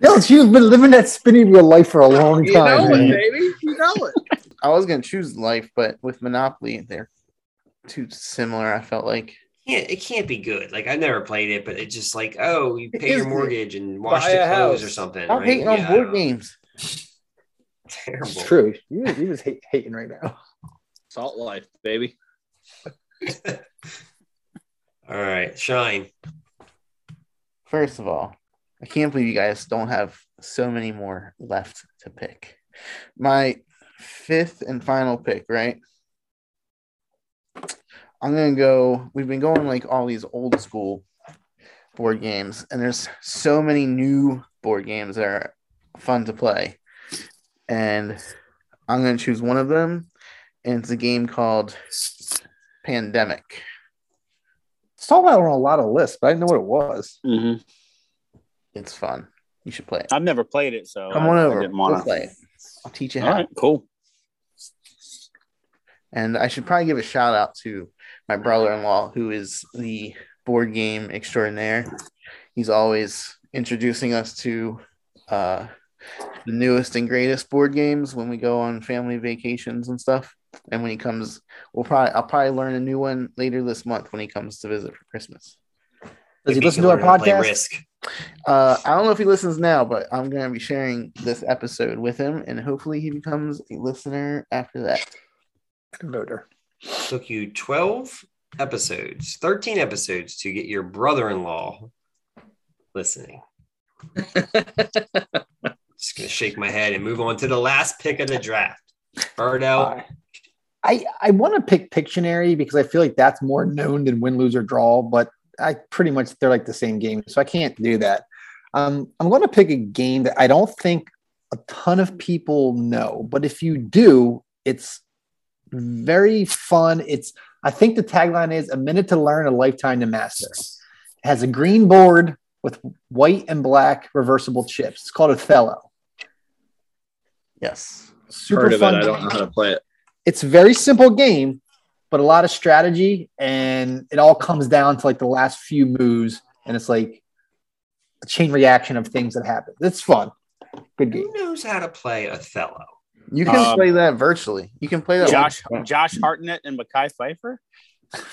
[SPEAKER 6] Don't you've been living that spinning wheel life for a long
[SPEAKER 4] You know
[SPEAKER 6] time.
[SPEAKER 4] it,
[SPEAKER 6] man.
[SPEAKER 4] baby. You know it.
[SPEAKER 3] I was gonna choose life, but with Monopoly, they're too similar. I felt like
[SPEAKER 1] can't, it can't be good. Like I've never played it, but it's just like, oh, you pay your
[SPEAKER 5] Isn't it?
[SPEAKER 1] mortgage and wash
[SPEAKER 5] Buy
[SPEAKER 1] the
[SPEAKER 5] a
[SPEAKER 1] clothes
[SPEAKER 5] house.
[SPEAKER 1] or something.
[SPEAKER 3] I'm
[SPEAKER 1] right?
[SPEAKER 3] hating
[SPEAKER 1] Yeah,
[SPEAKER 3] on
[SPEAKER 1] I don't
[SPEAKER 3] board
[SPEAKER 1] know.
[SPEAKER 3] games.
[SPEAKER 1] Terrible.
[SPEAKER 6] It's true. You, you just hate, hating right now.
[SPEAKER 4] Salt life, baby.
[SPEAKER 1] All right, Shine.
[SPEAKER 3] First of all, I can't believe you guys don't have so many more left to pick. My fifth and final pick, right? I'm gonna go. We've been going like all these old school board games, and there's so many new board games that are fun to play. And I'm gonna choose one of them, and it's a game called Pandemic.
[SPEAKER 6] Saw that on a lot of lists, but I didn't know what it was.
[SPEAKER 2] Mhm.
[SPEAKER 3] It's fun. You should play it.
[SPEAKER 2] I've never played it, so
[SPEAKER 3] Come
[SPEAKER 2] I-
[SPEAKER 3] on
[SPEAKER 2] I
[SPEAKER 3] over.
[SPEAKER 2] didn't
[SPEAKER 3] We'll
[SPEAKER 2] wanna-
[SPEAKER 3] play it. I'll teach you
[SPEAKER 2] All
[SPEAKER 3] how.
[SPEAKER 2] right, cool.
[SPEAKER 3] And I should probably give a shout out to my brother in law, who is the board game extraordinaire. He's always introducing us to uh, the newest and greatest board games when we go on family vacations and stuff. And when he comes, we'll probably I'll probably learn a new one later this month when he comes to visit for Christmas.
[SPEAKER 6] Does he
[SPEAKER 1] Maybe
[SPEAKER 6] listen
[SPEAKER 1] you
[SPEAKER 6] to our
[SPEAKER 1] can learn play
[SPEAKER 6] podcast?
[SPEAKER 1] Risk.
[SPEAKER 3] Uh, I don't know if he listens now, but I'm going to be sharing this episode with him, and hopefully he becomes a listener after that.
[SPEAKER 6] Voter.
[SPEAKER 1] Took you twelve episodes, thirteen episodes to get your brother-in-law listening. Just gonna shake my head and move on to the last pick of the draft. Birdell.
[SPEAKER 6] I, I want to pick Pictionary because I feel like that's more known than win, lose, or draw, but I pretty much they're like the same game, so I can't do that. Um, I'm going to pick a game that I don't think a ton of people know, but if you do, it's very fun. It's I think the tagline is a minute to learn, a lifetime to master. It has a green board with white and black reversible chips. It's called Othello.
[SPEAKER 3] Yes.
[SPEAKER 6] Super
[SPEAKER 4] Heard of it.
[SPEAKER 6] fun
[SPEAKER 4] I
[SPEAKER 6] game
[SPEAKER 4] don't know how to play it.
[SPEAKER 6] it's a very simple game, but a lot of strategy, and it all comes down to like the last few moves, and it's like a chain reaction of things that happen. It's fun, good game.
[SPEAKER 1] Who knows how to play Othello?
[SPEAKER 3] You can
[SPEAKER 2] Um,
[SPEAKER 3] play that virtually. You can play that.
[SPEAKER 2] Josh, Josh Hartnett and Mackay Pfeiffer.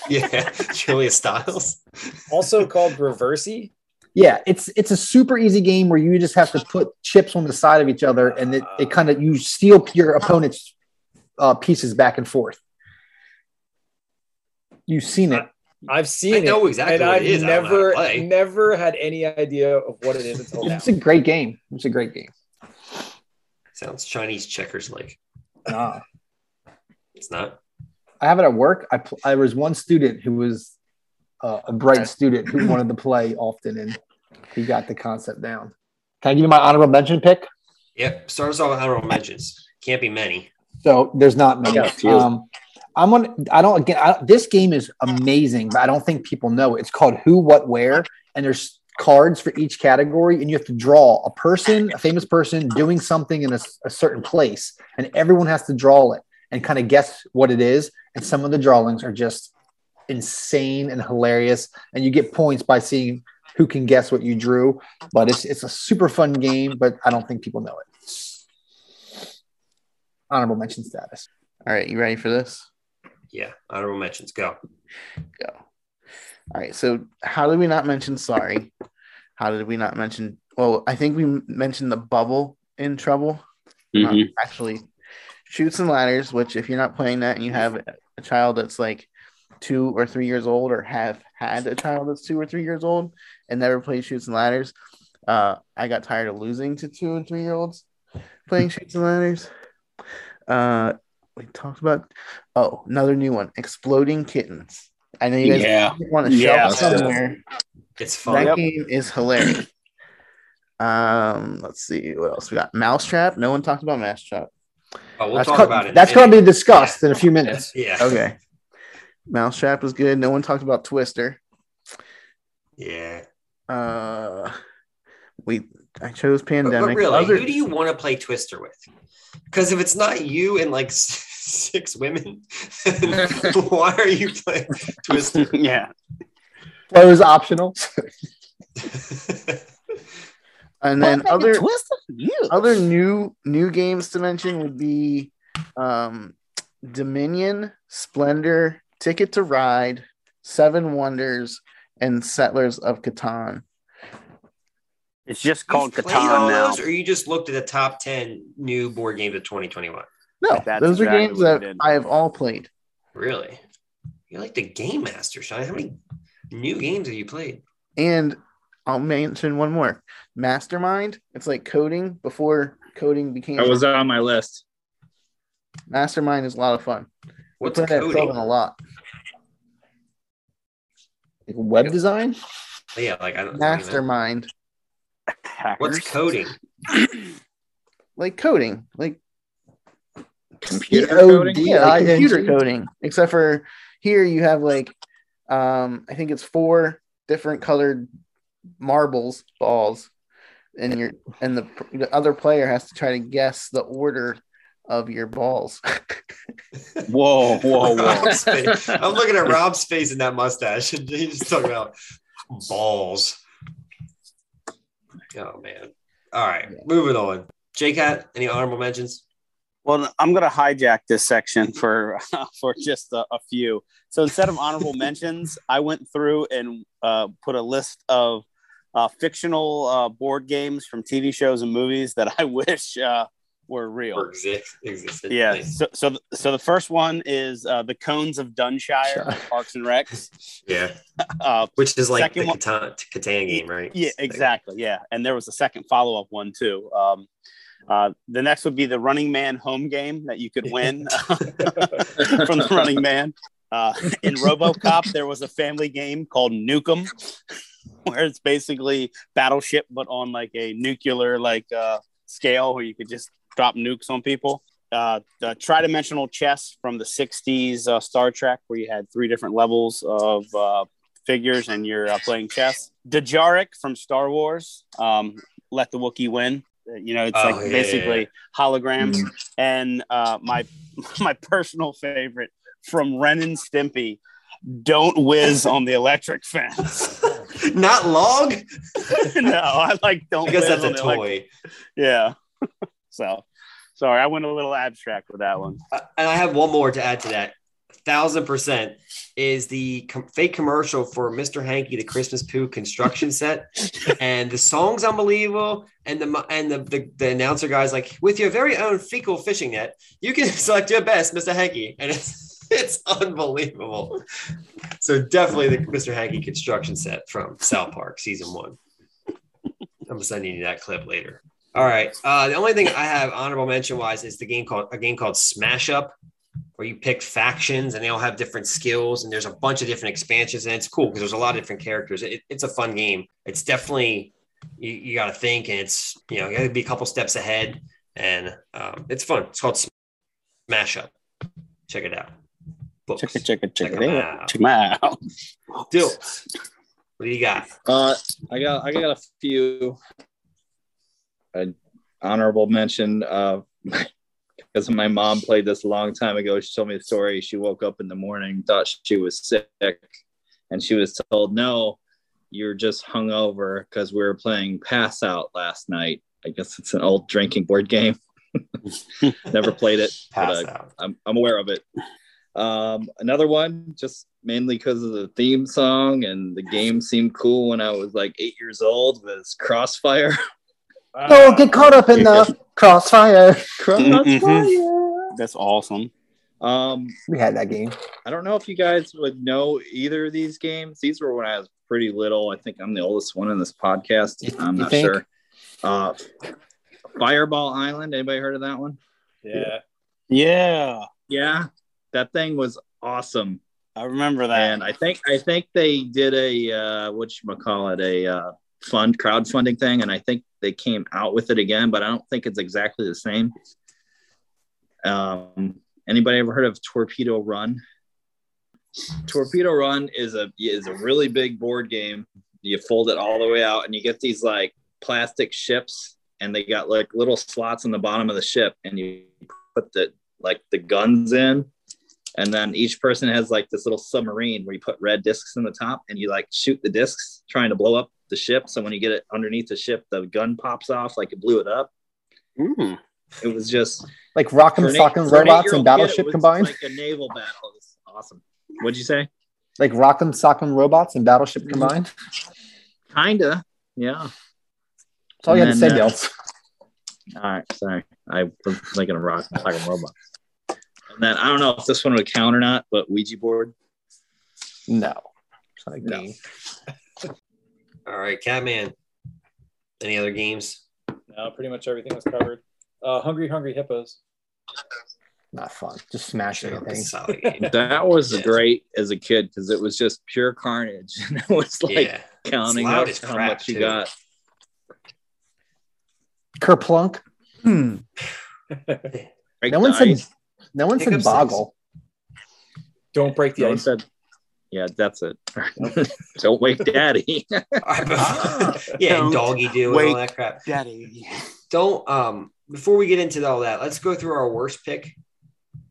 [SPEAKER 1] Yeah, Julia Stiles.
[SPEAKER 5] also called reversey.
[SPEAKER 6] Yeah, it's it's a super easy game where you just have to put chips on the side of each other, and it, it kind of you steal your opponent's uh, pieces back and forth. You've seen it.
[SPEAKER 5] I've seen
[SPEAKER 1] I know
[SPEAKER 5] it,
[SPEAKER 1] exactly
[SPEAKER 5] and
[SPEAKER 1] what
[SPEAKER 5] I've
[SPEAKER 1] it is. I don't know how to
[SPEAKER 5] never,
[SPEAKER 1] play.
[SPEAKER 5] never had any idea of what it is until now.
[SPEAKER 6] It's a great game. It's a great game.
[SPEAKER 1] Sounds Chinese checkers like.
[SPEAKER 6] Nah.
[SPEAKER 1] It's not.
[SPEAKER 6] I have it at work. I pl- I was one student who was uh, a bright student who wanted to play often, and he got the concept down. Can I give you my honorable mention pick?
[SPEAKER 1] Yep. Start us off with honorable mentions. Can't be many.
[SPEAKER 6] So there's not many.
[SPEAKER 4] I got a few.
[SPEAKER 6] Um, I'm on. I don't again. I, this game is amazing, but I don't think people know it. It's called Who, What, Where, and there's cards for each category, and you have to draw a person, a famous person, doing something in a, s- a certain place, and everyone has to draw it and kind of guess what it is. And some of the drawings are just insane and hilarious, and you get points by seeing who can guess what you drew. But it's it's a super fun game, but I don't think people know it. Honorable mention status.
[SPEAKER 3] All right, you ready for this?
[SPEAKER 1] Yeah. Honorable mentions. Go.
[SPEAKER 3] Go. All right, so how did we not mention sorry? How did we not mention? Well, I think we m- mentioned the bubble in trouble. Not
[SPEAKER 2] Mm-hmm.
[SPEAKER 3] actually, shoots and ladders. Which, if you're not playing that and you have a child that's like two or three years old, or have had a child that's two or three years old and never played shoots and ladders, uh, I got tired of losing to two and three year olds playing shoots and ladders. Uh, we talked about. Oh, another new one, exploding kittens. I know you guys
[SPEAKER 2] Yeah.
[SPEAKER 3] want to shout
[SPEAKER 2] Yeah.
[SPEAKER 3] somewhere.
[SPEAKER 1] It's fun.
[SPEAKER 3] That
[SPEAKER 2] Yep.
[SPEAKER 3] game is hilarious. um, let's see what else we got. Mousetrap. No one talked about Mousetrap.
[SPEAKER 1] Oh, we'll
[SPEAKER 3] That's
[SPEAKER 1] talk
[SPEAKER 3] co-
[SPEAKER 1] about it.
[SPEAKER 6] That's going to be discussed in a few minutes.
[SPEAKER 1] Yeah.
[SPEAKER 3] Okay. Mousetrap was good. No one talked about Twister.
[SPEAKER 1] Yeah.
[SPEAKER 3] Uh, we I chose
[SPEAKER 1] But, but
[SPEAKER 3] Pandemic.
[SPEAKER 1] really,
[SPEAKER 3] Other-
[SPEAKER 1] who do you want to play Twister with? Because if it's not you and like s- six women, then why are you playing Twister?
[SPEAKER 2] yeah.
[SPEAKER 6] Flow is optional.
[SPEAKER 3] and then other
[SPEAKER 2] twist. You.
[SPEAKER 3] other new new games to mention would be um, Dominion, Splendor, Ticket to Ride, Seven Wonders, and Settlers of Catan.
[SPEAKER 2] It's just
[SPEAKER 1] You
[SPEAKER 2] called
[SPEAKER 1] played all
[SPEAKER 2] Catan now.
[SPEAKER 1] those, or you just looked at the top ten new board games of 2021?
[SPEAKER 3] No,
[SPEAKER 2] That's
[SPEAKER 3] those are
[SPEAKER 2] exactly
[SPEAKER 3] games
[SPEAKER 2] what I
[SPEAKER 3] that
[SPEAKER 2] did.
[SPEAKER 3] I have all played.
[SPEAKER 1] Really? You're like the game master, Sean. How many new games have you played?
[SPEAKER 3] And I'll mention one more Mastermind. It's like coding before coding became.
[SPEAKER 4] I was on my list.
[SPEAKER 3] Mastermind is a lot of fun. We
[SPEAKER 1] What's
[SPEAKER 3] play that
[SPEAKER 1] coding?
[SPEAKER 3] Seven a lot.
[SPEAKER 6] Web design?
[SPEAKER 1] Yeah, like I don't I don't even-
[SPEAKER 3] Mastermind,
[SPEAKER 1] What's
[SPEAKER 2] Hackers.
[SPEAKER 1] coding?
[SPEAKER 3] like coding, like
[SPEAKER 4] Computer
[SPEAKER 6] COD.
[SPEAKER 4] coding.
[SPEAKER 3] yeah, like
[SPEAKER 6] I N G.
[SPEAKER 3] computer coding. Except for here, you have like, um, I think it's four different colored marbles balls, and your and the the other player has to try to guess the order of your balls.
[SPEAKER 2] Whoa, Oh, whoa, whoa.
[SPEAKER 1] Rob's face. I'm looking at Rob's face and that mustache, and he's just talking about balls. Oh man! All right, moving on. J Cat, any honorable mentions?
[SPEAKER 2] Well, I'm going to hijack this section for for just a, a few. So instead of honorable mentions, I went through and uh, put a list of uh, fictional uh, board games from TV shows and movies that I wish uh, were real.
[SPEAKER 1] Or exist, existed?
[SPEAKER 2] Yeah.
[SPEAKER 1] Nice.
[SPEAKER 2] So so the, so the first one is uh, the Cones of Dunshire,
[SPEAKER 6] Sure.
[SPEAKER 2] Parks and Recs.
[SPEAKER 1] yeah.
[SPEAKER 2] Uh,
[SPEAKER 1] Which is like
[SPEAKER 2] Second
[SPEAKER 1] the
[SPEAKER 2] one-
[SPEAKER 1] Catan, Catan game, right?
[SPEAKER 2] Yeah, exactly. Yeah, and there was a second follow up one too. Um, uh, the next would be the Running Man home game that you could win from the Running Man. Uh, in RoboCop, there was a family game called Nukem, where it's basically Battleship but on like a nuclear like uh, scale where you could just drop nukes on people. Uh, the tri-dimensional chess from the '60s uh, Star Trek, where you had three different levels of uh, figures and you're uh, playing chess. Dajaric from Star Wars, um, let the Wookiee win. Uh, You know, it's
[SPEAKER 1] Oh,
[SPEAKER 2] like
[SPEAKER 1] yeah,
[SPEAKER 2] basically
[SPEAKER 1] yeah,
[SPEAKER 2] holograms. And uh, my my personal favorite from Ren and Stimpy, don't whiz on the electric fence.
[SPEAKER 1] Not log.
[SPEAKER 2] no, I like don't.
[SPEAKER 1] I guess
[SPEAKER 2] whiz
[SPEAKER 1] that's
[SPEAKER 2] on
[SPEAKER 1] a
[SPEAKER 2] the elec-
[SPEAKER 1] toy.
[SPEAKER 2] yeah. so, sorry, I went a little abstract with that one.
[SPEAKER 1] Uh, and I have one more to add to that. Thousand percent is the com- fake commercial for Mr. Hanky the Christmas Poo construction set, and the song's unbelievable. And the mo- and the, the the announcer guy's like, with your very own fecal fishing net, you can select your best, Mr. Hanky, and it's it's unbelievable. So definitely the Mr. Hanky construction set from South Park season one. I'm sending you that clip later. All right. Uh, the only thing I have honorable mention wise is the game called a game called Smash Up, where you pick factions and they all have different skills, and there's a bunch of different expansions, and it's cool because there's a lot of different characters. It, it's a fun game. It's definitely you, you got to think, and it's you know you got to be a couple steps ahead, and um, it's fun. It's called Smash Up. Check it out. Books.
[SPEAKER 2] Check it, check it, check,
[SPEAKER 1] Check
[SPEAKER 2] it
[SPEAKER 1] 'em
[SPEAKER 2] out.
[SPEAKER 1] out.
[SPEAKER 2] Check 'em out.
[SPEAKER 1] Dilts. What do you got?
[SPEAKER 4] Uh, I got I got a few uh, honorable mention uh, because my mom played this a long time ago. She told me the story. She woke up in the morning, thought she was sick, and she was told, "No, you're just hungover because we were playing Pass Out last night." I guess it's an old drinking board game. Never played it. but,
[SPEAKER 1] Pass
[SPEAKER 4] uh,
[SPEAKER 1] out.
[SPEAKER 4] I'm, I'm aware of it. Um, another one, just mainly because of the theme song and the game seemed cool when I was like eight years old, was Crossfire.
[SPEAKER 2] Uh,
[SPEAKER 6] Don't get caught up in the crossfire.
[SPEAKER 2] Mhm. That's awesome.
[SPEAKER 4] Um,
[SPEAKER 6] We had that game.
[SPEAKER 4] I don't know if you guys would know either of these games. These were when I was pretty little. I think I'm the oldest one in this podcast.
[SPEAKER 6] You-
[SPEAKER 4] I'm
[SPEAKER 6] you
[SPEAKER 4] not
[SPEAKER 6] think?
[SPEAKER 4] sure. Uh, Fireball Island. Anybody heard of that one?
[SPEAKER 5] yeah.
[SPEAKER 2] Yeah.
[SPEAKER 4] Yeah, that thing was awesome.
[SPEAKER 2] I remember that.
[SPEAKER 4] And I think I think they did a uh, what you call it a uh, fund crowdfunding thing, and I think they came out with it again, but I don't think it's exactly the same. Um, anybody ever heard of Torpedo Run? Torpedo Run is a is a really big board game. You fold it all the way out, and you get these like plastic ships, and they got like little slots in the bottom of the ship, and you put the like the guns in, and then each person has like this little submarine where you put red discs in the top, and you like shoot the discs trying to blow up the ship. So when you get it underneath the ship, the gun pops off like it blew it up.
[SPEAKER 2] Mm.
[SPEAKER 4] It was just
[SPEAKER 6] Like Rock'em
[SPEAKER 4] for an eight-
[SPEAKER 6] Sock'em
[SPEAKER 4] for an eight-year-old
[SPEAKER 6] Robots and
[SPEAKER 4] kid, it
[SPEAKER 6] Battleship
[SPEAKER 4] was
[SPEAKER 6] combined?
[SPEAKER 4] Like a naval battle. It was awesome. What'd you say?
[SPEAKER 6] Like Rock'em Sock'em Robots and Battleship combined? That's
[SPEAKER 4] Kinda. Yeah.
[SPEAKER 6] all you
[SPEAKER 4] And
[SPEAKER 6] had to say,
[SPEAKER 4] then, uh,
[SPEAKER 6] Dale.
[SPEAKER 4] All right. Sorry. I was thinking of rock talking robot. And then I don't know if this one would count or not, but Ouija board.
[SPEAKER 6] No. It's not a
[SPEAKER 4] No.
[SPEAKER 6] game.
[SPEAKER 1] All right, Catman. Any other games?
[SPEAKER 5] No, pretty much everything was covered. Uh, Hungry Hungry Hippos.
[SPEAKER 6] Not fun. Just smashing
[SPEAKER 1] Sure,
[SPEAKER 6] things.
[SPEAKER 1] solid game.
[SPEAKER 4] That was
[SPEAKER 1] Yeah.
[SPEAKER 4] great as a kid because it was just pure carnage. And it was like
[SPEAKER 1] yeah,
[SPEAKER 4] counting
[SPEAKER 1] loud
[SPEAKER 4] up
[SPEAKER 1] as
[SPEAKER 4] how
[SPEAKER 1] crap,
[SPEAKER 4] much you
[SPEAKER 1] too.
[SPEAKER 4] got.
[SPEAKER 6] Kerplunk.
[SPEAKER 3] Hmm.
[SPEAKER 4] Break
[SPEAKER 6] No one
[SPEAKER 4] the
[SPEAKER 6] said.
[SPEAKER 4] ice.
[SPEAKER 6] No one
[SPEAKER 1] Pick
[SPEAKER 6] said
[SPEAKER 1] up six.
[SPEAKER 6] boggle.
[SPEAKER 5] Don't break the
[SPEAKER 4] No one
[SPEAKER 5] ice.
[SPEAKER 4] said, yeah, that's it. Don't wake daddy. ah,
[SPEAKER 1] yeah,
[SPEAKER 2] Don't
[SPEAKER 1] and doggy do and all
[SPEAKER 2] wake-
[SPEAKER 1] that crap.
[SPEAKER 2] Daddy.
[SPEAKER 1] Don't um before we get into all that, let's go through our worst pick,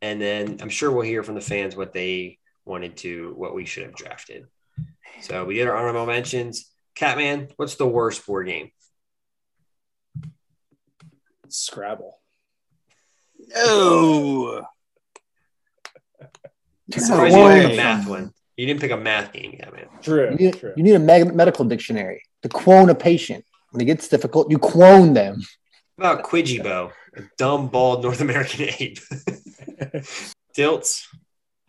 [SPEAKER 1] and then I'm sure we'll hear from the fans what they wanted to, what we should have drafted. So we did our honorable mentions. Catman, what's the worst board game?
[SPEAKER 5] Scrabble.
[SPEAKER 2] No.
[SPEAKER 1] I'm
[SPEAKER 6] No
[SPEAKER 1] surprised you didn't pick
[SPEAKER 6] way.
[SPEAKER 1] a math one. You didn't pick a math game, Catman.
[SPEAKER 5] True.
[SPEAKER 6] You need,
[SPEAKER 5] True.
[SPEAKER 6] you need a med- medical dictionary to quone a patient. When it gets difficult, you quone them.
[SPEAKER 1] What about Quidgibo, a dumb bald North American ape? Tilts,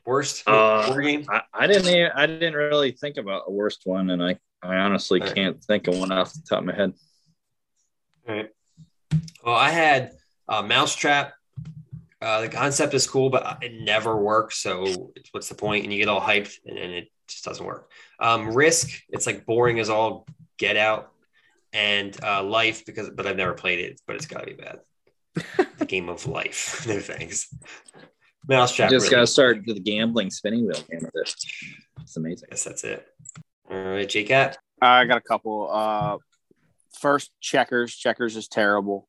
[SPEAKER 1] worst
[SPEAKER 4] Uh,
[SPEAKER 1] board game.
[SPEAKER 4] I, I didn't even, I didn't really think about a worst one, and I, I honestly
[SPEAKER 1] All right.
[SPEAKER 4] can't think of one off the top of my head.
[SPEAKER 1] Well, I had uh, Mousetrap. Uh, the concept is cool, but it never works. So it's, what's the point? And you get all hyped, and, and it just doesn't work. Um, Risk. It's like boring as all get out, and uh, Life because, but I've never played it, but it's gotta be bad. the game of life. No thanks. Mousetrap.
[SPEAKER 4] Just
[SPEAKER 1] really
[SPEAKER 4] gotta start the gambling spinning wheel game with it. It's amazing.
[SPEAKER 1] I guess that's it. All right, J Cat.
[SPEAKER 2] I got a couple. Uh, first, checkers. Checkers is terrible.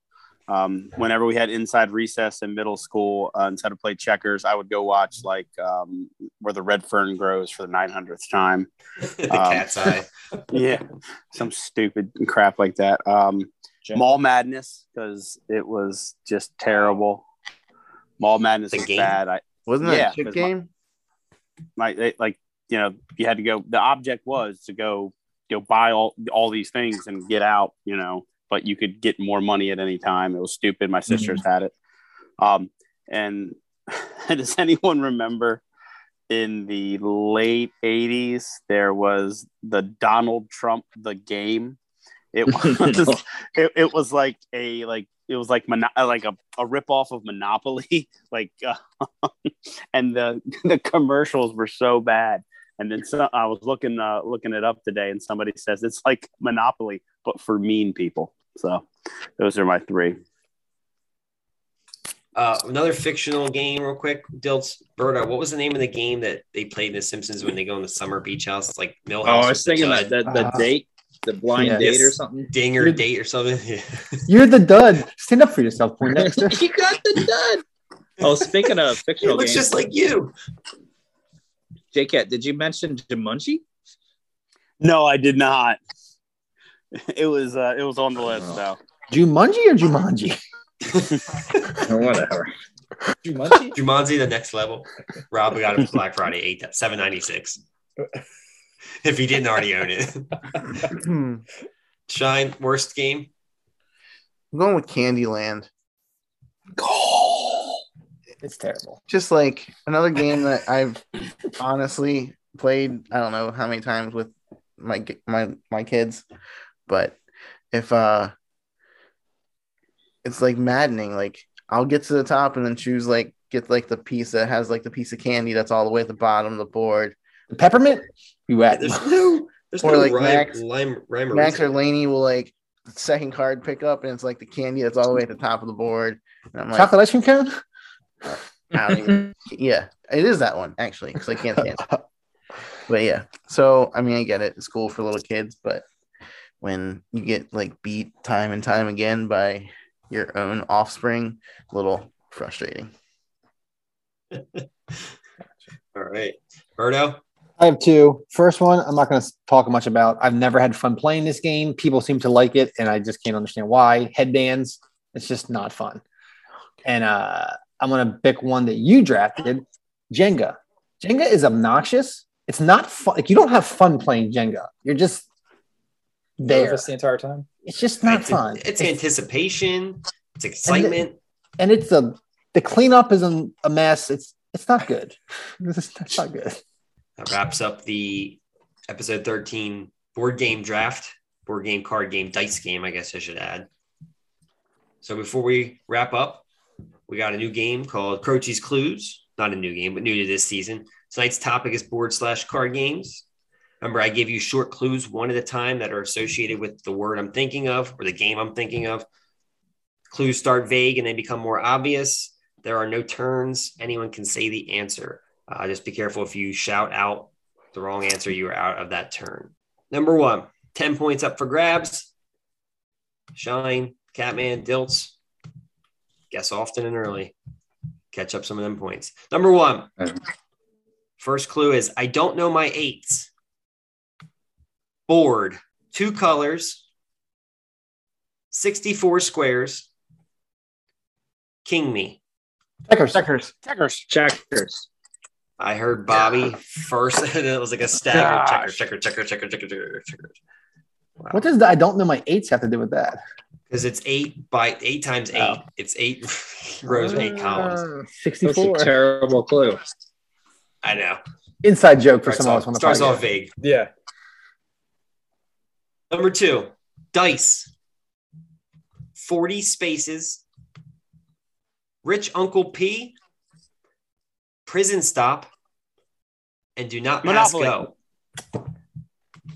[SPEAKER 2] Um, whenever we had inside recess in middle school, uh, instead of play checkers, I would go watch like um, where the red fern grows for the 900th time.
[SPEAKER 1] the
[SPEAKER 2] Um,
[SPEAKER 1] cat's eye.
[SPEAKER 2] yeah, some stupid crap like that. Um,
[SPEAKER 4] Jack-
[SPEAKER 2] Mall Madness because it was just terrible. Mall Madness
[SPEAKER 1] The
[SPEAKER 2] was
[SPEAKER 1] game?
[SPEAKER 2] bad. I
[SPEAKER 3] Wasn't that
[SPEAKER 2] Yeah,
[SPEAKER 3] a chip
[SPEAKER 2] because my-
[SPEAKER 3] game?
[SPEAKER 2] like they, like you know you had to go. The object was to go you know buy all all these things and get out. You know, but you could get more money at any time. It was stupid. My sisters had it. Um, and does anyone remember? In the late '80s, there was the Donald Trump the game. It was it, it was like a like it was like mono- uh, like a, a rip off of monopoly like uh, and the the commercials were so bad and then so, i was looking uh, looking it up today and somebody says it's like monopoly but for mean people so those are my three
[SPEAKER 1] Uh, another fictional game, real quick. Dilts Berta, what was the name of the game that they played in The Simpsons when they go in the summer beach house? It's like Millhouse.
[SPEAKER 4] Oh, I was
[SPEAKER 1] with the
[SPEAKER 4] thinking
[SPEAKER 1] dud.
[SPEAKER 4] that the, the
[SPEAKER 6] Ah.
[SPEAKER 4] date, the blind
[SPEAKER 6] Yeah.
[SPEAKER 4] date or
[SPEAKER 1] Yes.
[SPEAKER 4] something.
[SPEAKER 1] ding or date or something. Yeah.
[SPEAKER 6] You're the dud. Stand up for yourself, Poindexter.
[SPEAKER 4] he got the dud. Oh, speaking of
[SPEAKER 1] It
[SPEAKER 4] fictional
[SPEAKER 1] looks
[SPEAKER 4] games,
[SPEAKER 1] just like you.
[SPEAKER 4] J Cat, did you mention Jumanji?
[SPEAKER 2] no i did not it was uh, it was on the list though
[SPEAKER 6] Jumanji or Jumanji?
[SPEAKER 4] Whatever.
[SPEAKER 5] Too munchy?
[SPEAKER 1] Jumanji, the next level. Rob got it for Black Friday, eight that seven ninety six. If he didn't already own it,
[SPEAKER 3] Hmm.
[SPEAKER 1] Shine worst game.
[SPEAKER 3] I'm going with Candyland.
[SPEAKER 6] It's terrible.
[SPEAKER 3] Just like another game that I've honestly played. I don't know how many times with my g- my my kids, but if uh, it's like maddening. Like I'll get to the top and then choose like get like the piece that has like the piece of candy that's all the way at the bottom of the board.
[SPEAKER 6] The peppermint? You at?
[SPEAKER 1] There's no, there's
[SPEAKER 3] Or
[SPEAKER 1] no
[SPEAKER 3] like
[SPEAKER 1] rhyme,
[SPEAKER 3] Max-
[SPEAKER 1] lime, rhyme or
[SPEAKER 3] Max or
[SPEAKER 1] reason.
[SPEAKER 3] Laney will like the second card pick up, and it's like the candy that's all the way at the top of the board. And I'm like,
[SPEAKER 6] Chocolate ice cream cone?
[SPEAKER 3] I don't even- yeah, it is that one actually, because I can't stand. it. But yeah, so I mean, I get it. It's cool for little kids, but when you get like beat time and time again by your own offspring, a little frustrating.
[SPEAKER 1] All right, Birdo.
[SPEAKER 6] I have two. First one, I'm not going to talk much about. I've never had fun playing this game. People seem to like it, and I just can't understand why. Headbands, it's just not fun. And uh, I'm going to pick one that you drafted, Jenga. Jenga is obnoxious. It's not fun. Like you don't have fun playing Jenga. You're just there.
[SPEAKER 5] Nervous the entire time.
[SPEAKER 6] It's just not
[SPEAKER 1] it's,
[SPEAKER 6] fun.
[SPEAKER 1] It's anticipation. It's excitement.
[SPEAKER 6] and it's a the cleanup is a, a mess. It's it's not good. This is that's not good.
[SPEAKER 1] That wraps up the episode 13 board game draft, board game, card game, dice game, I guess I should add. So before we wrap up, we got a new game called Croce's Clues. Not a new game, but new to this season. Tonight's topic is board slash card games. Remember, I give you short clues one at a time that are associated with the word I'm thinking of or the game I'm thinking of. Clues start vague and then become more obvious. There are no turns. Anyone can say the answer. Uh, just be careful if you shout out the wrong answer, you are out of that turn. Number one, 10 points up for grabs. Shine, Catman, Dilts. Guess often and early. Catch up some of them points. Number one, first clue is I don't know my eights. Board, two colors, 64 squares. King me.
[SPEAKER 6] Checkers.
[SPEAKER 3] Checkers.
[SPEAKER 2] Checkers.
[SPEAKER 4] Checkers.
[SPEAKER 1] I heard Bobby first, and it was like a stagger checker, checker, checker, checker, checker, checker, checker.
[SPEAKER 6] What does the I don't know my eights have to do with that?
[SPEAKER 1] Because it's eight by eight times eight.
[SPEAKER 6] Oh.
[SPEAKER 1] It's eight rows, eight columns.
[SPEAKER 6] Uh,
[SPEAKER 4] That's a
[SPEAKER 6] 64.
[SPEAKER 4] terrible clue.
[SPEAKER 1] I know.
[SPEAKER 6] Inside joke for
[SPEAKER 1] Starts
[SPEAKER 6] some of us
[SPEAKER 1] off,
[SPEAKER 6] on the
[SPEAKER 1] starts off
[SPEAKER 6] podcast.
[SPEAKER 1] vague.
[SPEAKER 5] Yeah.
[SPEAKER 1] Number two, dice. 40 spaces. Rich Uncle P. Prison stop. And do not pass
[SPEAKER 2] Monopoly.
[SPEAKER 1] go.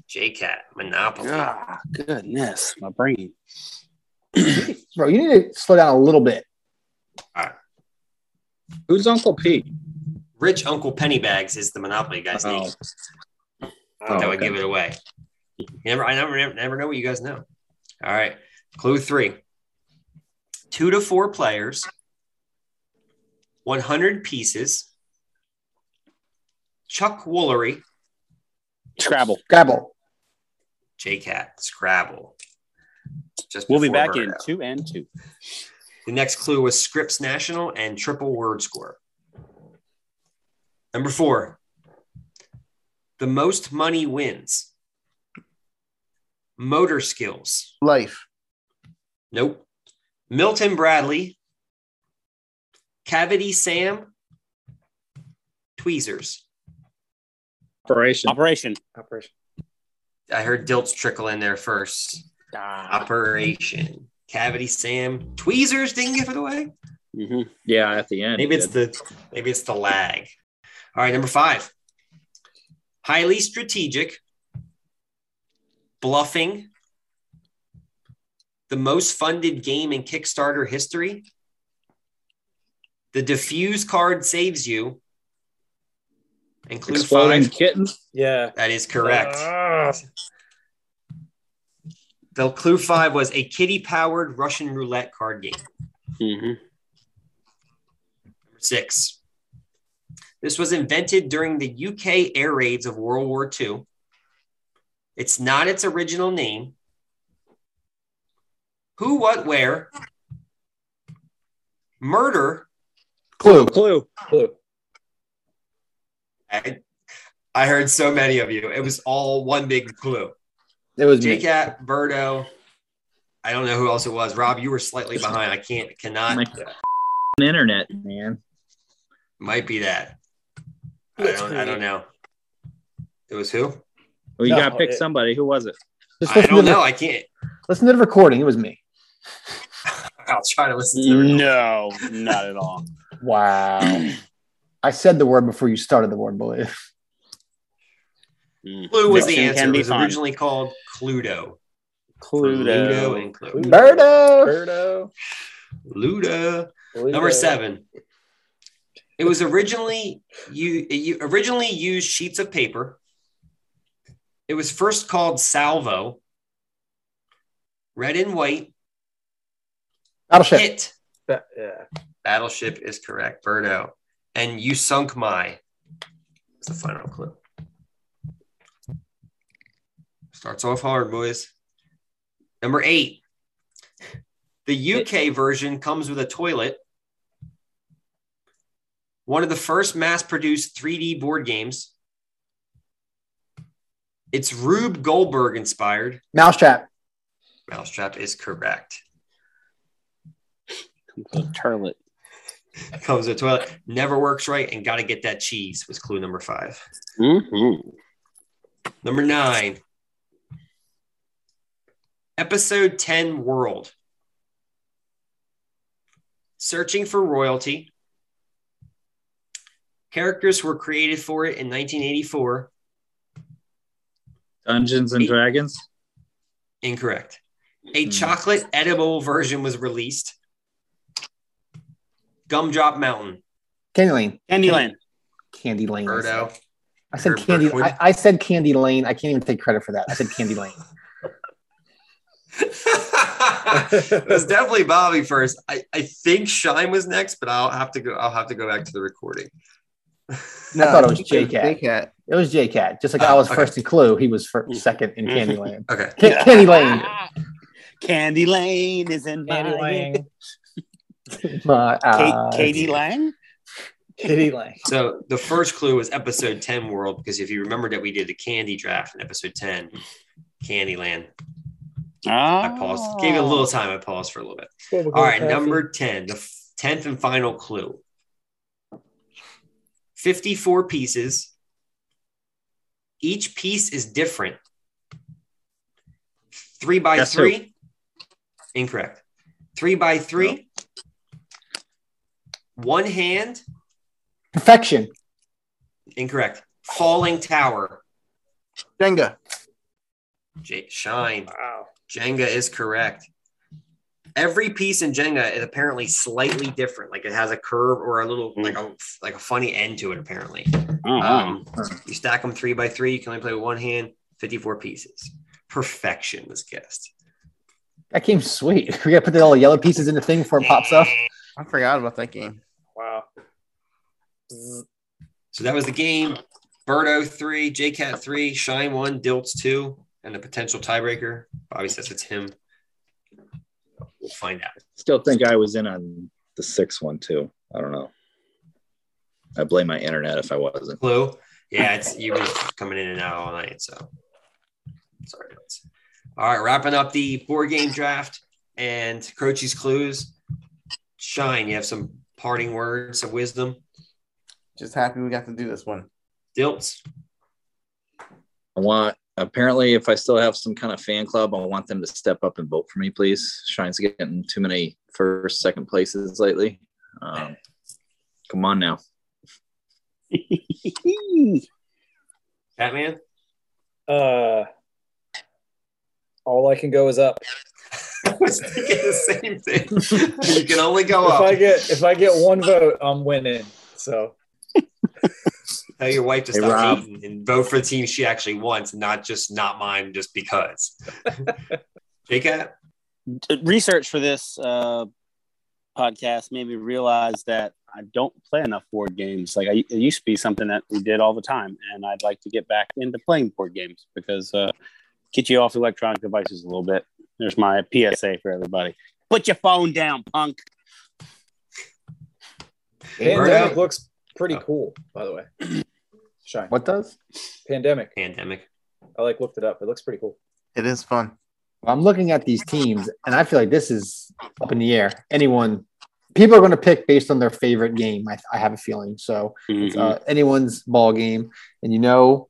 [SPEAKER 1] JCat, Monopoly.
[SPEAKER 2] Ah, goodness, my brain.
[SPEAKER 6] Bro, you need to slow down a little bit.
[SPEAKER 4] Who's Uncle Pete?
[SPEAKER 1] Rich Uncle Pennybags is the Monopoly guy's name.
[SPEAKER 4] Oh,
[SPEAKER 1] that would
[SPEAKER 4] okay.
[SPEAKER 1] give it away. You never, I never, never, never know what you guys know. All right. Clue three two to four players, 100 pieces, Chuck Woolery,
[SPEAKER 2] Scrabble.
[SPEAKER 6] Scrabble.
[SPEAKER 1] JCat, Scrabble. Just
[SPEAKER 2] We'll be
[SPEAKER 1] before
[SPEAKER 2] back
[SPEAKER 1] Birdo.
[SPEAKER 2] in two and two.
[SPEAKER 1] The next clue was Scripps National and triple word score. Number four, the most money wins. Motor skills.
[SPEAKER 3] Life.
[SPEAKER 1] Nope. Milton Bradley, Cavity Sam, Tweezers. Um,
[SPEAKER 4] operation.
[SPEAKER 2] Operation.
[SPEAKER 5] Operation.
[SPEAKER 1] I heard Dilts trickle in there first.
[SPEAKER 2] Ah.
[SPEAKER 1] Operation Cavity Sam, Tweezers didn't give it away.
[SPEAKER 2] Mhm.
[SPEAKER 4] Yeah, at the end.
[SPEAKER 1] Maybe it's the maybe it's the lag. All right, number five. Highly strategic, bluffing, the most funded game in Kickstarter history. The diffuse card saves you. And clue
[SPEAKER 4] exploding
[SPEAKER 1] five.
[SPEAKER 4] kitten.
[SPEAKER 5] Yeah.
[SPEAKER 1] That is correct.
[SPEAKER 5] Ah.
[SPEAKER 1] The clue five was a kitty powered Russian roulette card game.
[SPEAKER 2] Mhm.
[SPEAKER 1] Number six. This was invented during the UK air raids of World War II. It's not its original name. Who, what, where? Murder.
[SPEAKER 6] Clue.
[SPEAKER 4] Clue.
[SPEAKER 5] Clue.
[SPEAKER 1] I, I heard so many of you. It was all one big clue.
[SPEAKER 6] It was me.
[SPEAKER 1] JCat, Birdo. I don't know who else it was. Rob, you were slightly behind. I can't, cannot.
[SPEAKER 4] My internet, man.
[SPEAKER 1] Might be that. I
[SPEAKER 5] Let's
[SPEAKER 1] don't, I don't
[SPEAKER 5] create-
[SPEAKER 1] know. It was who?
[SPEAKER 4] Well, you
[SPEAKER 5] No,
[SPEAKER 4] got to pick
[SPEAKER 5] it-
[SPEAKER 4] somebody. Who was it?
[SPEAKER 6] Just
[SPEAKER 1] I
[SPEAKER 6] listen,
[SPEAKER 1] don't
[SPEAKER 6] to
[SPEAKER 1] know.
[SPEAKER 6] The,
[SPEAKER 1] I can't.
[SPEAKER 6] listen to the recording. It was me.
[SPEAKER 1] I'll try to listen to it.
[SPEAKER 2] No, not at all.
[SPEAKER 6] Wow. I said the word before you started the word, boy.
[SPEAKER 2] Mm.
[SPEAKER 1] Clue was the
[SPEAKER 2] Fiction
[SPEAKER 1] answer.
[SPEAKER 2] can
[SPEAKER 1] It
[SPEAKER 2] be
[SPEAKER 1] was
[SPEAKER 2] fun.
[SPEAKER 1] originally called Cluedo. Ludo
[SPEAKER 2] Cluedo.
[SPEAKER 1] and Clue.
[SPEAKER 6] Birdo.
[SPEAKER 5] Birdo.
[SPEAKER 1] Ludo. Number seven. It was originally you, you originally used sheets of paper. It was first called salvo. Red and white.
[SPEAKER 6] Battleship.
[SPEAKER 1] It.
[SPEAKER 5] Ba- yeah.
[SPEAKER 1] Battleship is correct. Birdo. And you sunk my. It's the final clue. Starts off hard, boys. Number eight. The UK version comes with a toilet. One of the first mass produced 3D board games. It's Rube Goldberg inspired.
[SPEAKER 6] Mousetrap.
[SPEAKER 1] Mousetrap is correct.
[SPEAKER 2] Turlet.
[SPEAKER 1] Comes with a toilet. Never works right and got to get that cheese was clue number five.
[SPEAKER 2] Mm-hmm.
[SPEAKER 1] Number nine. Episode 10 World. Searching for royalty. Characters were created for it in 1984.
[SPEAKER 4] Dungeons and Dragons.
[SPEAKER 1] Incorrect. A
[SPEAKER 4] Hmm.
[SPEAKER 1] chocolate edible version was released. Gumdrop Mountain.
[SPEAKER 6] Candy Lane.
[SPEAKER 2] Candyland.
[SPEAKER 6] Candy Lane.
[SPEAKER 1] Birdo.
[SPEAKER 6] I said
[SPEAKER 1] Herb
[SPEAKER 6] Candy.
[SPEAKER 1] Berkwood.
[SPEAKER 6] I, I said Candy Lane. I can't even take credit for that. I said Candy Lane.
[SPEAKER 1] it was definitely Bobby first. I, I think Shine was next, but I'll have to go. I'll have to go back to the recording.
[SPEAKER 6] I thought it was
[SPEAKER 3] J
[SPEAKER 6] J Cat.
[SPEAKER 3] Cat.
[SPEAKER 6] It was J Cat. Just like
[SPEAKER 1] Oh,
[SPEAKER 6] I was
[SPEAKER 1] okay. Mm-hmm.
[SPEAKER 6] first in Clue, he was fir-
[SPEAKER 2] Mm.
[SPEAKER 6] second in Candy Lane.
[SPEAKER 1] Okay.
[SPEAKER 6] Ca- Candy Lane.
[SPEAKER 2] Candy Lane is in
[SPEAKER 5] Candy
[SPEAKER 2] my-
[SPEAKER 5] Lang.
[SPEAKER 6] My uh,
[SPEAKER 2] Kate,
[SPEAKER 6] eyes.
[SPEAKER 2] Katie Lang.
[SPEAKER 5] Kitty Lang.
[SPEAKER 1] So the first clue was episode 10 world, because if you remember that we did the candy draft in episode 10, Candyland. I paused, gave it a little time. I paused for a little bit. All right, number 10, the f- 10th and final clue 54 pieces. Each piece is different. Three by
[SPEAKER 4] Guess who?
[SPEAKER 1] three. Incorrect. Three by three. One hand.
[SPEAKER 6] Perfection.
[SPEAKER 1] Incorrect. Falling tower.
[SPEAKER 3] Jenga.
[SPEAKER 1] J- Shine.
[SPEAKER 5] Wow.
[SPEAKER 1] Jenga is correct. Every piece in Jenga is apparently slightly different. Like it has a curve or a little like a like a funny end to it. Apparently,
[SPEAKER 2] Oh, wow.
[SPEAKER 1] um, you stack them three by three. You can only play with one hand. Fifty-four pieces. Perfection was guessed.
[SPEAKER 6] That game's sweet. We gotta put the little yellow pieces in the thing before it pops up.
[SPEAKER 3] I forgot about that game.
[SPEAKER 5] Wow.
[SPEAKER 1] So that was the game. Birdo three, JCat three, Shine one, Dilts two, and the potential tiebreaker. Bobby says it's him. We'll find out.
[SPEAKER 4] Still think I was in on the sixth one too. I don't know. I blame my internet if I wasn't.
[SPEAKER 1] Clue. Yeah, it's you were coming in and out all night, so sorry. guys. All right, wrapping up the board game draft and Croce's clues. Shine, you have some parting words of wisdom.
[SPEAKER 3] Just happy we got to do this one.
[SPEAKER 1] Dilts,
[SPEAKER 4] I want apparently if I still have some kind of fan club, I want them to step up and vote for me, please. Shine's getting too many first, second places lately. Um, come on now.
[SPEAKER 1] Batman.
[SPEAKER 5] Uh, all I can go is up.
[SPEAKER 1] I was thinking the same thing. you can only go
[SPEAKER 5] If I
[SPEAKER 1] up.
[SPEAKER 5] get if I get one vote, I'm winning. So
[SPEAKER 1] Tell your wife to
[SPEAKER 4] Hey,
[SPEAKER 1] stop
[SPEAKER 4] Rob.
[SPEAKER 1] hating and vote for the team she actually wants, not just not mine, just because. JCat,
[SPEAKER 2] D- Research for this uh, podcast made me realize that I don't play enough board games. Like I, it used to be something that we did all the time, and I'd like to get back into playing board games because uh, get you off electronic devices a little bit. There's my PSA for everybody. Put your phone down, punk.
[SPEAKER 5] pandemic
[SPEAKER 1] Birdo.
[SPEAKER 5] looks pretty
[SPEAKER 1] Oh.
[SPEAKER 5] cool, by the way. Shine.
[SPEAKER 6] What does?
[SPEAKER 5] Pandemic.
[SPEAKER 1] pandemic.
[SPEAKER 5] I like looked it up. It looks pretty cool.
[SPEAKER 3] It is fun.
[SPEAKER 6] Well, I'm looking at these teams, and I feel like this is up in the air. Anyone, people are going to pick based on their favorite game. I, I have a feeling. So it's,
[SPEAKER 1] Mm-hmm.
[SPEAKER 6] uh, anyone's ball game, and you know,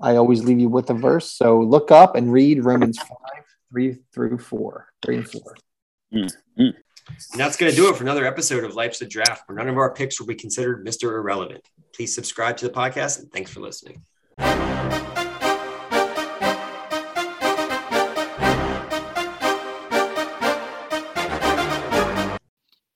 [SPEAKER 6] I always leave you with a verse. So look up and read Romans five, three through four, three and four.
[SPEAKER 1] And that's going to do it for another episode of Life's a Draft, where none of our picks will be considered Mr. Irrelevant. Please subscribe to the podcast and thanks for listening.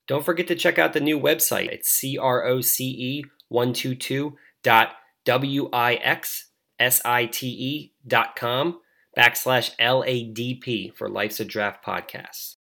[SPEAKER 1] Don't forget to check out the new website. It's E E croce122.wixsite.com backslash LADP for Life's a Draft podcast.